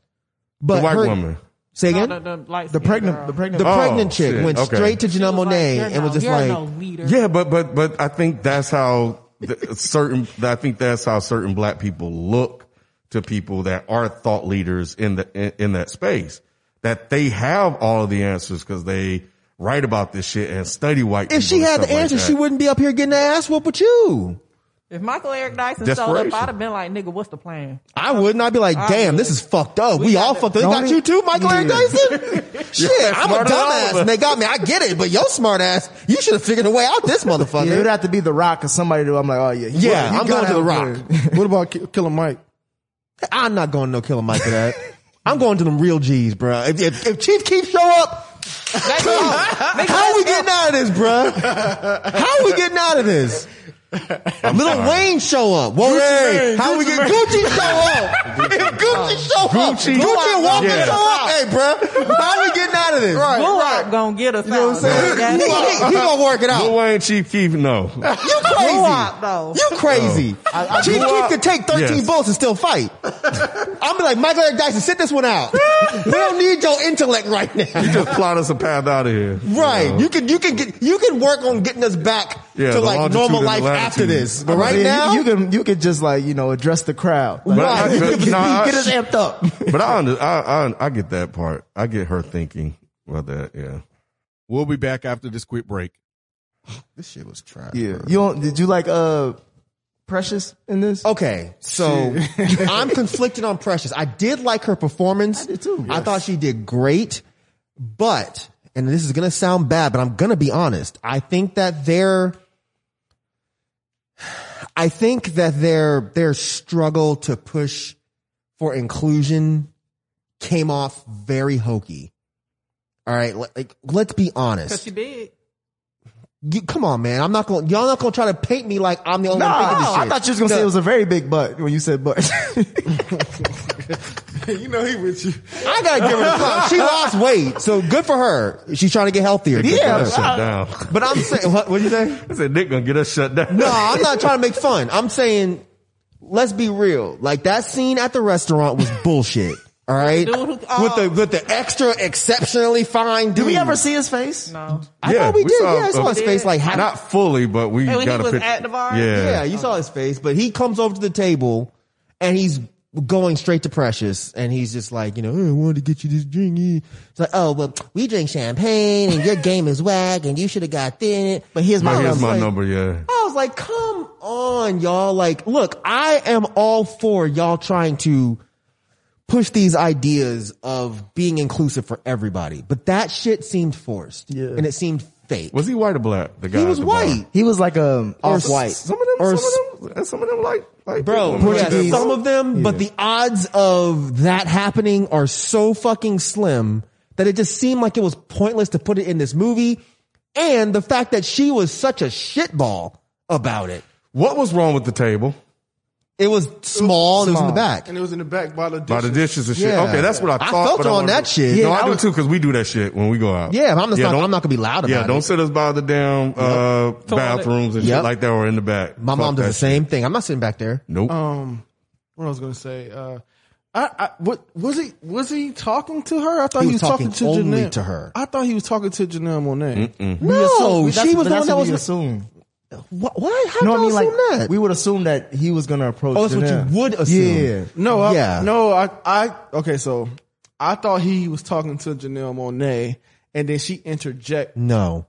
Speaker 6: But
Speaker 1: The white
Speaker 6: her,
Speaker 1: woman.
Speaker 6: Say again?
Speaker 5: No, the, the, light
Speaker 4: The
Speaker 5: skin
Speaker 4: pregnant,
Speaker 5: girl.
Speaker 4: the pregnant.
Speaker 6: the
Speaker 1: Oh,
Speaker 6: pregnant chick
Speaker 1: shit,
Speaker 6: went
Speaker 1: okay.
Speaker 6: straight to
Speaker 5: She
Speaker 6: Janelle
Speaker 5: was like,
Speaker 6: Monet
Speaker 5: "You're
Speaker 6: and
Speaker 5: no-
Speaker 6: was just
Speaker 5: you're
Speaker 6: like,
Speaker 5: no leader.
Speaker 1: Yeah, but but but I think that's how the, certain. I think that's how certain black people look to people that are thought leaders in the in, in that space. That they have all of the answers because they write about this shit and study white.
Speaker 6: if
Speaker 1: people
Speaker 6: she
Speaker 1: and
Speaker 6: had the
Speaker 1: stuff like
Speaker 6: answer,
Speaker 1: that.
Speaker 6: she wouldn't be up here getting her ass whooped with you.
Speaker 5: If Michael Eric Dyson showed up,
Speaker 1: Desperation.
Speaker 5: I'd have been like, nigga, what's the plan?
Speaker 6: I wouldn't. I'd be like, damn, this is fucked up. We, all fucked up. They got
Speaker 4: Don't- e-
Speaker 6: you too, Michael Eric
Speaker 4: Yeah. <laughs>
Speaker 6: Dyson? Shit, I'm
Speaker 1: smarter than
Speaker 6: a
Speaker 1: all of
Speaker 6: dumbass
Speaker 1: us.
Speaker 6: and they got me. I get it, but yo smart ass, you should have figured a way out <laughs> this
Speaker 4: Yeah, it would
Speaker 6: motherfucker.
Speaker 4: have to be The Rock or somebody. That I'm like, oh yeah, he-
Speaker 6: Yeah,
Speaker 4: he
Speaker 6: I'm
Speaker 4: gotta
Speaker 6: going to
Speaker 4: have a
Speaker 6: The Rock.
Speaker 4: plan.
Speaker 6: <laughs>
Speaker 8: what about Ki- Killer Mike?
Speaker 6: I'm not going to no killer Mike for that. I'm going to them real G's, bruh. If, if, if Chief Keef show up, how we getting out of this, bruh? How we getting out of this? Little Wayne show up. Whoa, hey,
Speaker 1: Mane,
Speaker 6: how we
Speaker 1: Gucci
Speaker 6: get Gucci show up? if Gucci show up.
Speaker 1: Gucci-
Speaker 6: Gucci, and Walker
Speaker 1: Yeah.
Speaker 6: show up. Hey, bro, how we getting out of this?
Speaker 8: Right,
Speaker 5: Who
Speaker 8: right.
Speaker 5: gonna get us out?
Speaker 6: He,
Speaker 5: okay?
Speaker 6: he- he gonna work it
Speaker 1: Lil
Speaker 6: out.
Speaker 1: Wayne, Chief Keef,
Speaker 6: <laughs>
Speaker 1: no.
Speaker 6: You
Speaker 5: Guap, though.
Speaker 6: crazy?
Speaker 1: Oh.
Speaker 6: You crazy? Chief Keef could take thirteen
Speaker 1: Yes.
Speaker 6: votes and
Speaker 1: <laughs>
Speaker 6: still fight. I'm like Michael Eric Dyson, sit this one out. we don't need your intellect right now.
Speaker 1: <laughs> You just plot us a path out of here.
Speaker 6: Right.
Speaker 1: know?
Speaker 6: You could you could get you could work on getting us back
Speaker 1: Yeah, the
Speaker 6: to like
Speaker 1: longitude
Speaker 6: normal
Speaker 1: and the
Speaker 6: life after
Speaker 1: latitude.
Speaker 6: this. But
Speaker 1: I
Speaker 6: right
Speaker 4: Yeah, you-
Speaker 6: now,
Speaker 4: you, can you can just like you know address the crowd. Like,
Speaker 1: But
Speaker 6: right,
Speaker 1: I-
Speaker 6: you could
Speaker 1: but-
Speaker 6: <laughs> get,
Speaker 1: no, I-
Speaker 6: us amped up.
Speaker 1: But I, under, I, I I get that part. I get her thinking about that. Yeah.
Speaker 9: We'll be back after this quick break.
Speaker 6: This shit was trash.
Speaker 4: <laughs> yeah, you don't, did you like uh Precious in this?
Speaker 6: Okay, so I'm conflicted on Precious. I did like her performance. I did
Speaker 4: too.
Speaker 6: I thought she did great, but and this is gonna sound bad, but I'm gonna be honest. I think that their I think that their their struggle to push for inclusion came off very hokey. All right, like like, let's be honest.
Speaker 5: She big.
Speaker 6: You, come on, man. I'm not going. Y'all not going to try to paint me like I'm the only one thinking this
Speaker 4: Nah, I
Speaker 6: shit.
Speaker 4: thought you was gonna say it was a very big butt when you said <laughs> butt.
Speaker 8: you know he with you.
Speaker 6: I gotta give her the clout. <laughs> She lost weight, so good for her. She's trying to get healthier. Good
Speaker 4: Yeah,
Speaker 6: for her.
Speaker 1: Shut down. <laughs>
Speaker 6: but I'm saying, what would you say?
Speaker 1: I said Nick gonna get us shut down.
Speaker 6: No, I'm not trying to make fun. I'm saying, let's be real. Like that scene at the restaurant was bullshit. All right,
Speaker 5: Dude who-
Speaker 6: with the with the extra exceptionally fine dude.
Speaker 4: Did we ever see his face?
Speaker 5: No.
Speaker 6: I thought we, did.
Speaker 1: saw-
Speaker 6: yeah, I saw
Speaker 1: uh,
Speaker 6: his face like half.
Speaker 1: not fully, but we
Speaker 5: when he
Speaker 1: got a
Speaker 5: was
Speaker 1: picture.
Speaker 5: at the bar?
Speaker 1: Yeah.
Speaker 6: Yeah, you saw his face, but he comes over to the table and he's going straight to Precious and he's just like, you know, "Hey, I wanted to get you this drink. eh." It's like, oh, well, we drink champagne and your game is whack and you should have got thin. But here's
Speaker 1: But here's my
Speaker 6: like,
Speaker 1: number. Yeah.
Speaker 6: I was like, come on, y'all. Like, look, I am all for y'all trying to push these ideas of being inclusive for everybody, but that shit seemed forced.
Speaker 4: Yeah.
Speaker 6: And it seemed fake.
Speaker 1: Was he white or black? The guy.
Speaker 6: he
Speaker 1: at
Speaker 6: was
Speaker 1: the bar?
Speaker 6: white.
Speaker 4: He was like um off white.
Speaker 1: Some of them.
Speaker 6: Or
Speaker 1: some of them. and Some of them like like
Speaker 6: Bro,
Speaker 1: people, man.
Speaker 6: yeah, some of them, but the odds of that happening are so fucking slim that it just seemed like it was pointless to put it in this movie. And the fact that she was such a shitball about it.
Speaker 1: What was wrong with the table?
Speaker 6: It was small and it was in the back.
Speaker 8: And it was in the back by the dishes.
Speaker 1: By the dishes and shit.
Speaker 6: Yeah.
Speaker 1: Okay, that's what I
Speaker 6: I
Speaker 1: thought.
Speaker 6: felt
Speaker 1: but
Speaker 6: on
Speaker 1: wanted-
Speaker 6: that shit.
Speaker 1: no,
Speaker 6: Yeah,
Speaker 1: I,
Speaker 6: I
Speaker 1: do
Speaker 6: was-
Speaker 1: too because we do that shit when we go out.
Speaker 6: Yeah, I'm just not,
Speaker 1: don't-
Speaker 6: I'm not gonna be loud about
Speaker 1: Yeah, don't
Speaker 6: it.
Speaker 1: sit us by the damn uh, bathrooms and shit
Speaker 6: Yep.
Speaker 1: like that or in the back.
Speaker 6: My
Speaker 1: Fuck
Speaker 6: mom does
Speaker 1: that
Speaker 6: the
Speaker 1: shit.
Speaker 6: same Oh, thing. I'm not sitting back there.
Speaker 1: Nope.
Speaker 8: um, what I was gonna say. Uh, I, I what was he was he talking to her? I thought he was, talking, to
Speaker 6: only
Speaker 8: Janelle.
Speaker 6: to her.
Speaker 8: I thought he was talking to Janelle Monae.
Speaker 6: No,
Speaker 4: That's-
Speaker 6: she
Speaker 4: but
Speaker 6: was the
Speaker 4: that's
Speaker 6: one that
Speaker 4: what we
Speaker 6: was.
Speaker 4: assumed.
Speaker 6: What? what? How
Speaker 4: You
Speaker 6: did
Speaker 4: know what I
Speaker 6: I
Speaker 4: mean? Like
Speaker 6: assume that?
Speaker 4: we would assume that he was gonna approach.
Speaker 6: oh, that's what
Speaker 4: Janelle.
Speaker 6: you would assume.
Speaker 4: Yeah.
Speaker 8: No, I,
Speaker 6: Yeah.
Speaker 8: no, I, I okay. So I thought he was talking to Janelle Monae, and then she interject.
Speaker 6: No.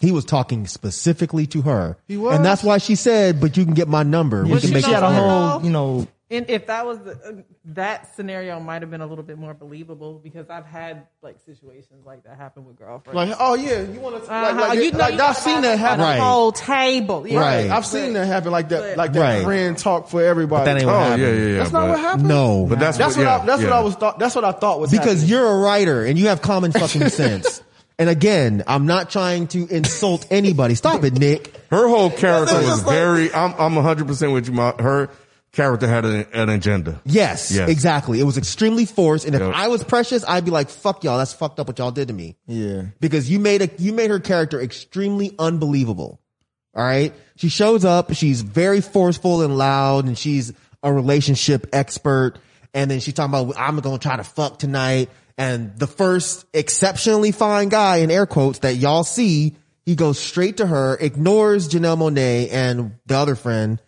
Speaker 6: He was talking specifically to her.
Speaker 8: He was?
Speaker 6: And that's why she said, but you can get my number. We
Speaker 5: Was
Speaker 6: can
Speaker 5: she
Speaker 6: make
Speaker 4: She had a
Speaker 5: Oh,
Speaker 4: whole,
Speaker 5: no.
Speaker 4: you know,
Speaker 5: And if that was the, uh, that scenario, might have been a little bit more believable because I've had like situations like that happen with girlfriends.
Speaker 8: Like, oh yeah, you want to like,
Speaker 5: Uh-huh.
Speaker 8: like,
Speaker 5: you know,
Speaker 8: like,
Speaker 5: you
Speaker 8: I've
Speaker 5: talk
Speaker 8: seen
Speaker 5: about
Speaker 8: that happen.
Speaker 5: the
Speaker 6: Right.
Speaker 5: Whole table, yeah.
Speaker 6: Right.
Speaker 8: I've seen that happen like that, like that
Speaker 6: Right.
Speaker 8: friend talk for everybody.
Speaker 6: that ain't
Speaker 1: oh
Speaker 6: what
Speaker 1: yeah,
Speaker 6: happened.
Speaker 1: yeah, yeah.
Speaker 8: that's not
Speaker 1: but-
Speaker 8: what happened.
Speaker 6: No.
Speaker 1: But that's
Speaker 8: That's
Speaker 1: what.
Speaker 8: what
Speaker 1: yeah,
Speaker 8: I, that's
Speaker 1: yeah.
Speaker 8: what I was thought. That's what I thought was
Speaker 6: because
Speaker 8: happening.
Speaker 6: you're a writer and you have common fucking sense. And again, I'm not trying to insult anybody. Stop it, Nick.
Speaker 1: Her whole character
Speaker 6: That's
Speaker 1: was
Speaker 6: just like-
Speaker 1: very. I'm I'm 100 percent with you. Ma. her character had an, an agenda.
Speaker 6: Yes,
Speaker 1: Yes.
Speaker 6: exactly. It was extremely forced. And if
Speaker 1: Yep.
Speaker 6: I was precious, I'd be like, fuck y'all. That's fucked up what y'all did to me.
Speaker 4: yeah.
Speaker 6: because you made a you made her character extremely unbelievable. All right, she shows up. She's very forceful and loud, and she's a relationship expert. And then she's talking about I'm gonna try to fuck tonight. And the first exceptionally fine guy in air quotes that y'all see, he goes straight to her, ignores Janelle Monet and the other friend.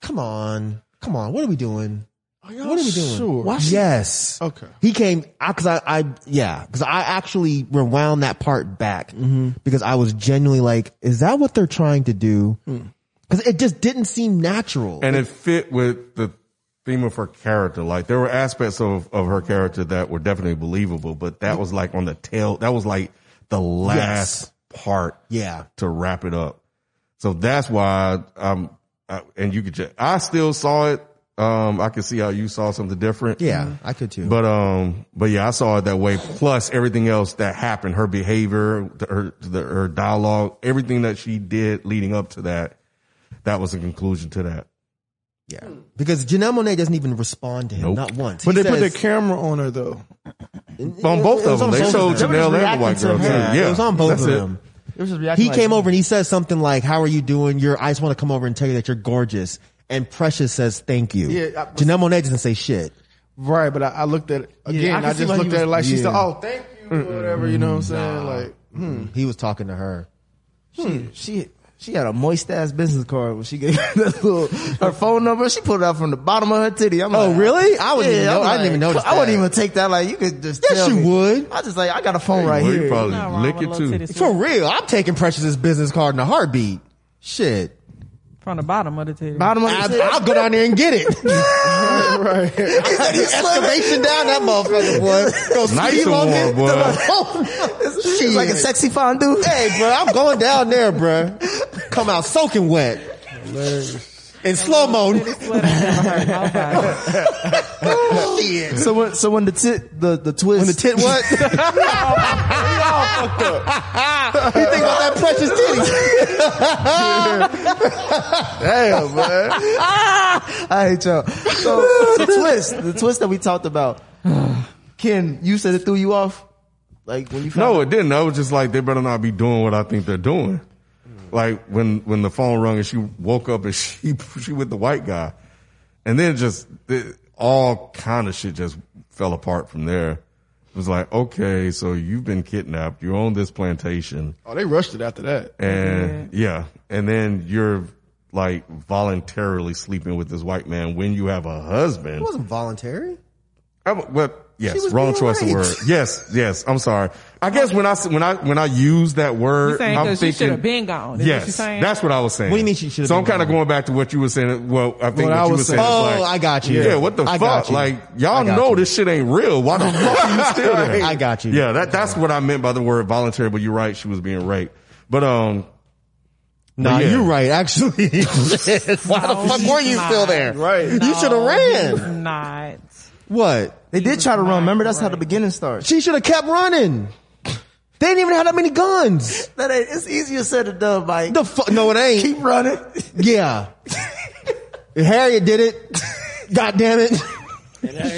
Speaker 6: Come on, come on, what are we doing?
Speaker 8: y'all
Speaker 6: what are we doing?
Speaker 8: sure? Why she-
Speaker 6: yes.
Speaker 8: Okay.
Speaker 6: He came because I, I, yeah, because I actually rewound that part back
Speaker 8: Mm-hmm.
Speaker 6: because I was genuinely like, is that what they're trying to do?
Speaker 8: Hmm.
Speaker 6: Because it just didn't seem natural.
Speaker 1: and it fit with the theme of her character. Like there were aspects of, of her character that were definitely believable, but that was like on the tail. That was like the last part
Speaker 6: yeah,
Speaker 1: to wrap it up. So that's why I'm, I, and you could just, I still saw it. Um, I could see how you saw something different.
Speaker 6: yeah,
Speaker 8: Mm-hmm.
Speaker 6: I could too.
Speaker 1: But, um, but yeah, I saw it that way. Plus everything else that happened, her behavior, her, the, her dialogue, everything that she did leading up to that, that was a conclusion to that.
Speaker 6: Yeah. Because Janelle Monet doesn't even respond to him,
Speaker 1: Nope.
Speaker 6: not once.
Speaker 8: But
Speaker 6: He
Speaker 8: they put their
Speaker 6: says-
Speaker 8: camera on her though.
Speaker 1: On both
Speaker 6: It
Speaker 1: of
Speaker 6: was
Speaker 1: them,
Speaker 6: on
Speaker 1: they
Speaker 6: both
Speaker 1: showed
Speaker 6: of them.
Speaker 1: Janelle and the white girl too.
Speaker 6: Yeah,
Speaker 1: Yeah,
Speaker 6: it was on both
Speaker 1: That's
Speaker 6: of
Speaker 1: it.
Speaker 6: them.
Speaker 4: It was just reacting
Speaker 6: He
Speaker 4: like-
Speaker 6: came over and he says something like, "How are you doing? You're, I just want to come over and tell you that you're gorgeous." And Precious says, "Thank you."
Speaker 8: Yeah, I-
Speaker 6: Janelle Monet doesn't say shit.
Speaker 8: Right, but I, I looked at it again.
Speaker 4: I can
Speaker 8: I,
Speaker 4: see
Speaker 8: just
Speaker 4: why he
Speaker 8: looked at it
Speaker 4: was-
Speaker 8: like she said,
Speaker 6: Yeah.
Speaker 8: "Oh, thank you," or whatever. You know what I'm saying? Like,
Speaker 6: He was talking to her.
Speaker 4: she, she she had a moist ass business card when she gave <laughs> that little, her phone number. She pulled it out from the bottom of her titty. I'm
Speaker 6: Oh,
Speaker 4: like,
Speaker 6: really? I wouldn't even
Speaker 4: I'm
Speaker 6: know- I didn't even notice
Speaker 4: I wouldn't
Speaker 6: that.
Speaker 4: even take that. Like you could just.
Speaker 6: Yes,
Speaker 4: tell
Speaker 6: you
Speaker 4: me.
Speaker 6: would.
Speaker 4: I just like I got a phone right
Speaker 1: Well, you
Speaker 4: here.
Speaker 5: Nothing
Speaker 1: probably
Speaker 5: wrong
Speaker 1: lick
Speaker 5: with a
Speaker 1: it
Speaker 5: little
Speaker 1: too.
Speaker 5: titty
Speaker 6: For
Speaker 5: swing.
Speaker 6: real, I'm taking Precious's business card in a heartbeat. Shit,
Speaker 5: From the bottom of the titty.
Speaker 4: Bottom of
Speaker 6: I,
Speaker 4: the titty.
Speaker 6: will go down there and get it. <laughs> excavation down that motherfucker, boy. Go
Speaker 1: Nice
Speaker 6: ski
Speaker 1: and
Speaker 6: on
Speaker 1: warm,
Speaker 6: it. <laughs>
Speaker 4: boy. She's like a sexy fondue.
Speaker 6: Hey, bro, I'm going down there, bro. Come out soaking wet. In slow mo.
Speaker 5: Titty sweater never hurt nobody.
Speaker 4: So when so when the tit the the twist
Speaker 6: When the tit what? you all fucked up. you think about that precious titty.
Speaker 4: <laughs> I hate y'all. So the twist the twist that we talked about. Ken, you said it threw you off. Like when you found
Speaker 1: No, it didn't. I was just like, they better not be doing what I think they're doing. Like when, when the phone rung and she woke up and <laughs> she, she with the white guy. And then just it, all kind of shit just fell apart from there. It was like, okay, so you've been kidnapped. You're on this plantation
Speaker 8: oh, they rushed it after that.
Speaker 1: and yeah. And then you're like voluntarily sleeping with this white man when you have a husband.
Speaker 6: wasn't voluntary.
Speaker 1: I'm, well, yes,
Speaker 6: was
Speaker 1: wrong
Speaker 6: being
Speaker 1: choice of word.
Speaker 6: right.
Speaker 1: Yes, yes. I'm sorry. I guess when I s- when I when I use that word,
Speaker 5: You saying
Speaker 1: I'm
Speaker 5: 'cause you
Speaker 1: thinking
Speaker 5: should've been gone, is what you're
Speaker 1: Yes,
Speaker 5: saying?
Speaker 1: that's what I was saying.
Speaker 6: What do you mean she should've
Speaker 1: So I'm
Speaker 6: been
Speaker 1: kind of
Speaker 6: gone?
Speaker 1: going back to what you were saying. Well, I think
Speaker 8: What
Speaker 1: what,
Speaker 8: I
Speaker 1: you were
Speaker 8: was
Speaker 1: saying.
Speaker 8: saying.
Speaker 1: is
Speaker 6: Oh,
Speaker 1: like,
Speaker 6: I got you.
Speaker 1: Yeah, what the
Speaker 6: I got
Speaker 1: fuck?
Speaker 6: you.
Speaker 1: Like
Speaker 6: I
Speaker 1: y'all
Speaker 6: got
Speaker 1: know
Speaker 6: you.
Speaker 1: this shit ain't real. Why
Speaker 6: <laughs>
Speaker 1: the fuck are you still there?
Speaker 6: I got you.
Speaker 1: Yeah, that that's what I meant by the word voluntary. But you're right, she was being raped. But um,
Speaker 6: Nah,
Speaker 1: yeah.
Speaker 6: you're right, actually. <laughs> Shit. Why the
Speaker 5: No,
Speaker 6: fuck were you
Speaker 5: she's
Speaker 6: still
Speaker 5: not.
Speaker 6: there?
Speaker 8: Right.
Speaker 6: You should have
Speaker 5: He's
Speaker 6: ran.
Speaker 5: Not.
Speaker 6: What?
Speaker 4: they did try to run. Remember that's how the
Speaker 5: Right.
Speaker 4: beginning starts.
Speaker 6: She should have kept running. They didn't even have that many guns.
Speaker 4: That ain't, it's easier said than done. Like
Speaker 6: The fuck? No, it ain't.
Speaker 4: keep running.
Speaker 6: Yeah. <laughs> Harriet did it. God damn it.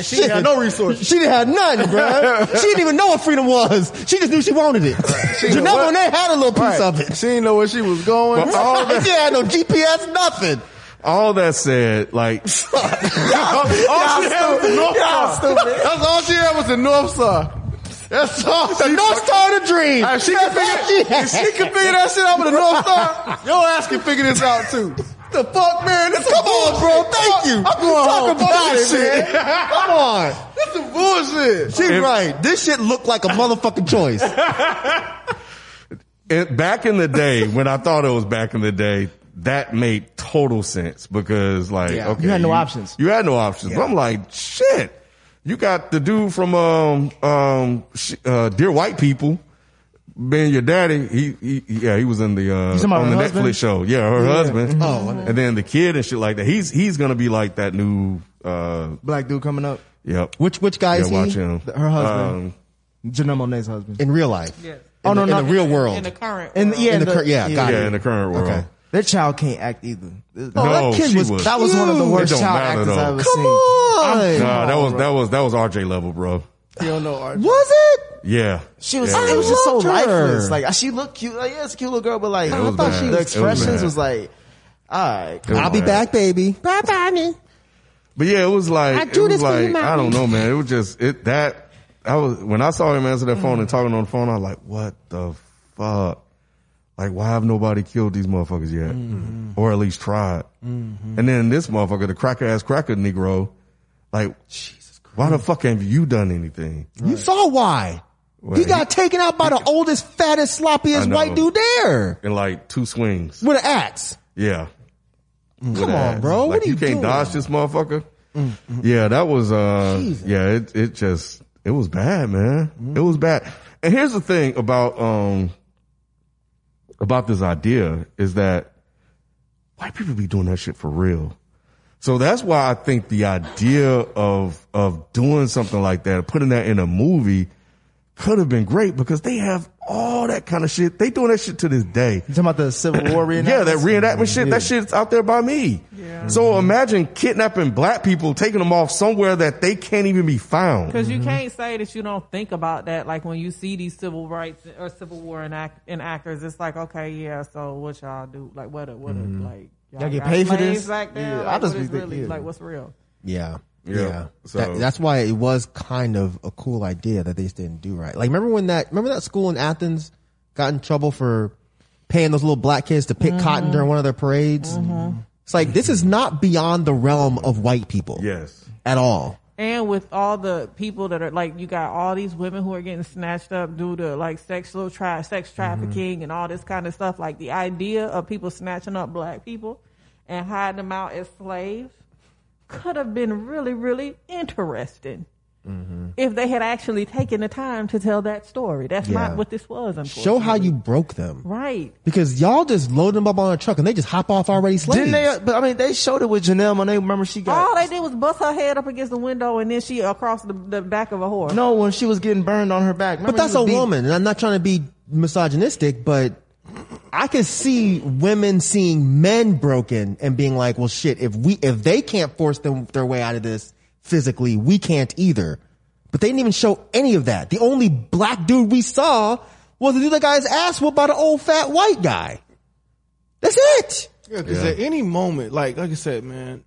Speaker 6: She didn't have no resources. She didn't have none, bro. she didn't even know what freedom was. She just knew she wanted it. Janelle
Speaker 8: what-
Speaker 6: Monae had a little piece
Speaker 8: Right.
Speaker 6: of it.
Speaker 8: She didn't know where she was
Speaker 6: Oh,
Speaker 8: going.
Speaker 1: But all that-
Speaker 6: <laughs> she had no GPS, nothing.
Speaker 1: all that said, like
Speaker 8: <laughs>
Speaker 6: <laughs>
Speaker 8: all she had was the North Star. That's all she had was the North Star. That's all.
Speaker 6: The North Star of the Dream.
Speaker 8: If she can
Speaker 6: That's all <laughs> she
Speaker 8: figure,
Speaker 6: had.
Speaker 8: if she can figure that shit out with the North Star, your ass can figure this out too.
Speaker 6: The fuck, man? This Come on, bro. Thank you.
Speaker 8: I'm going
Speaker 6: Talk
Speaker 8: home.
Speaker 6: about
Speaker 8: Fuck
Speaker 6: it,
Speaker 8: this shit.
Speaker 6: man. Come on.
Speaker 8: That's some bullshit.
Speaker 6: She's right. This shit looked like a motherfucking choice.
Speaker 1: it, back in the day when I thought it was back in the day, that made total sense because like
Speaker 6: Yeah.
Speaker 1: okay,
Speaker 4: You had no options.
Speaker 1: You had no options. But I'm like shit. You got the dude from um um sh- uh, dear white people. Being your daddy, he, he yeah, he was in the uh,
Speaker 4: talking about
Speaker 1: on the
Speaker 4: her husband? Mm-hmm.
Speaker 1: Netflix show. Yeah, her husband.
Speaker 6: Oh, wonderful.
Speaker 1: and then the kid and shit like that. He's he's gonna be like that new. uh
Speaker 4: Black dude coming up.
Speaker 1: Yep.
Speaker 6: Which which guy
Speaker 1: yeah,
Speaker 6: is
Speaker 1: watch
Speaker 6: he
Speaker 1: him.
Speaker 4: Her husband. Janelle Monae's husband.
Speaker 6: in real life?
Speaker 5: Yes.
Speaker 6: In the- in
Speaker 4: not-
Speaker 6: the real world.
Speaker 5: In the current.
Speaker 4: And
Speaker 5: world.
Speaker 4: yeah,
Speaker 6: In the cur- yeah, got
Speaker 1: Um, yeah, in the current world.
Speaker 6: Okay.
Speaker 4: Their child can't act either.
Speaker 1: No,
Speaker 6: that kid
Speaker 1: she
Speaker 6: was-
Speaker 1: Oh, was.
Speaker 4: That was one of the
Speaker 6: Ew.
Speaker 4: worst
Speaker 1: It don't
Speaker 4: child
Speaker 1: matter,
Speaker 4: actors I
Speaker 1: though.
Speaker 4: ever
Speaker 6: Come
Speaker 4: seen.
Speaker 6: on.
Speaker 1: Nah,
Speaker 4: Oh,
Speaker 1: that was that was that was RJ level, bro.
Speaker 8: You don't know art.
Speaker 6: Was it?
Speaker 1: Yeah,
Speaker 4: She was,
Speaker 1: Yeah.
Speaker 4: it was just so
Speaker 6: loved her.
Speaker 4: lifeless. Like she looked cute. Like yeah, it's a cute little girl, but like
Speaker 1: it was
Speaker 4: I thought
Speaker 1: bad.
Speaker 4: she
Speaker 1: It was
Speaker 4: the expressions was,
Speaker 1: bad.
Speaker 4: like, all right.
Speaker 1: It was
Speaker 6: I'll be
Speaker 1: bad.
Speaker 6: back, baby. Bye bye me.
Speaker 1: But yeah, it was like
Speaker 6: I do
Speaker 1: it was
Speaker 6: this for you,
Speaker 1: like I
Speaker 6: Mommy.
Speaker 1: don't know, man. It was just it that I was when I saw him answer that phone and talking on the phone. I was like, what the fuck? Like, why have nobody killed these motherfuckers yet, or at least tried? And then this motherfucker, the cracker ass cracker Negro, like, Jesus Christ. why the fuck have you done anything?
Speaker 6: You saw why.
Speaker 1: Well,
Speaker 6: he got taken out by the oldest, fattest,
Speaker 1: I
Speaker 6: sloppiest
Speaker 1: know.
Speaker 6: white dude there
Speaker 1: in like two swings.
Speaker 6: with an axe.
Speaker 1: Yeah.
Speaker 6: Come on, bro.
Speaker 1: Like,
Speaker 6: what are you,
Speaker 1: you can't
Speaker 6: doing? Mm,
Speaker 1: dodge this motherfucker. Yeah, that was uh
Speaker 6: Jesus. Mm.
Speaker 1: yeah, it it just it was bad, man. It was bad. And here's the thing about um about this idea is that white people be doing that shit for real. So that's why I think the idea of of doing something like that, putting that in a movie, could have been great because they have all that kind of shit. They doing that shit to this day.
Speaker 4: You talking about the Civil War reenactment?
Speaker 1: Yeah, that reenactment shit, that shit's out there by me. So imagine kidnapping black people, taking them off somewhere that they can't even be found.
Speaker 5: Because you
Speaker 4: Mm-hmm.
Speaker 5: can't say that you don't think about that. Like when you see these civil rights or civil war enact- enactors, it's like, okay, yeah. So what y'all do? Like what? A, what? A, like y'all,
Speaker 4: Mm-hmm. Y'all get
Speaker 5: got
Speaker 4: paid for
Speaker 5: slaves
Speaker 4: this?
Speaker 5: Back there?
Speaker 4: Yeah, I
Speaker 5: like,
Speaker 4: just
Speaker 5: what
Speaker 4: be
Speaker 5: is
Speaker 4: thinking,
Speaker 5: really
Speaker 4: yeah.
Speaker 5: like what's real?
Speaker 6: Yeah.
Speaker 1: Yeah,
Speaker 6: Yeah.
Speaker 1: so-
Speaker 6: That- that's why it was kind of a cool idea that they just didn't do right. Like remember when that remember that school in Athens got in trouble for paying those little black kids to pick cotton during one of their parades? It's like this is not beyond the realm of white people.
Speaker 1: Yes.
Speaker 6: At all.
Speaker 5: And with all the people that are like, you got all these women who are getting snatched up due to like sexual tra- sex trafficking and all this kind of stuff. Like the idea of people snatching up black people and hiding them out as slaves could have been really, really interesting
Speaker 6: Mm-hmm.
Speaker 5: if they had actually taken the time to tell that story. That's
Speaker 6: Yeah.
Speaker 5: not what this was. Unfortunately.
Speaker 6: Show how you broke them.
Speaker 5: right.
Speaker 6: Because y'all just load them up on a truck and they just hop off already slaves.
Speaker 4: Didn't they? But I mean, they showed it with Janelle Monae. Remember, she
Speaker 5: All
Speaker 4: got
Speaker 6: Oh.
Speaker 5: they did was bust her head up against the window and then she across the, the back of a horse.
Speaker 4: no when she was getting burned on her back.
Speaker 6: But
Speaker 4: Remember,
Speaker 6: that's
Speaker 4: she
Speaker 6: a
Speaker 4: was beat-
Speaker 6: woman, and I'm not trying to be misogynistic, but I could see women seeing men broken and being like, "Well, shit, if we if they can't force them their way out of this physically, we can't either." But they didn't even show any of that. The only black dude we saw was the dude that got his ass whooped by the old fat white guy. That's it.
Speaker 8: Yeah, because at any moment, like like I said, man,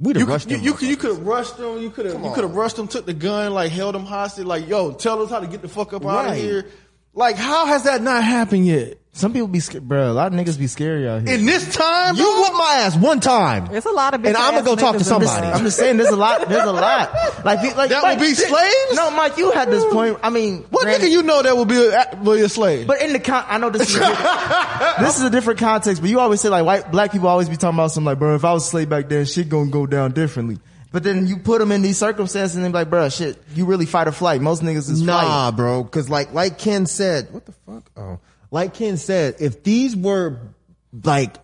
Speaker 6: We'd
Speaker 8: you
Speaker 6: have
Speaker 8: could,
Speaker 6: rushed
Speaker 8: you,
Speaker 6: him.
Speaker 8: you could you could have rushed them. You could have you could have rushed them. Took the gun, like held them hostage. Like yo, tell us how to get the fuck up out of
Speaker 6: Right.
Speaker 8: here. Like how has that not happened yet?
Speaker 4: Some people be scared, bro. A lot of niggas be scary out here.
Speaker 8: In this time,
Speaker 6: You whooped my ass one time.
Speaker 5: It's a lot of
Speaker 6: And I'ma
Speaker 5: bitch-ass
Speaker 6: go talk to
Speaker 5: niggas in
Speaker 6: somebody.
Speaker 5: this-
Speaker 4: I'm just saying, there's a lot. There's a lot. Like, the- like
Speaker 8: That
Speaker 4: Mike,
Speaker 8: would be
Speaker 4: th-
Speaker 8: slaves?
Speaker 4: No, Mike, you had this point. I mean,
Speaker 8: what
Speaker 4: granted-
Speaker 8: nigga you know that will be a, will be a slave?
Speaker 4: But in the con, I know this is a <laughs> different, this is a different context. But you always say like white black people always be talking about something like, bro, if I was slave back then, shit gonna go down differently. But then you put them in these circumstances and they be like, bro, shit, you really fight or flight. Most niggas is
Speaker 6: Nah,
Speaker 4: flight.
Speaker 6: bro. Because like like Ken said, what the fuck? Oh, like Ken said, if these were like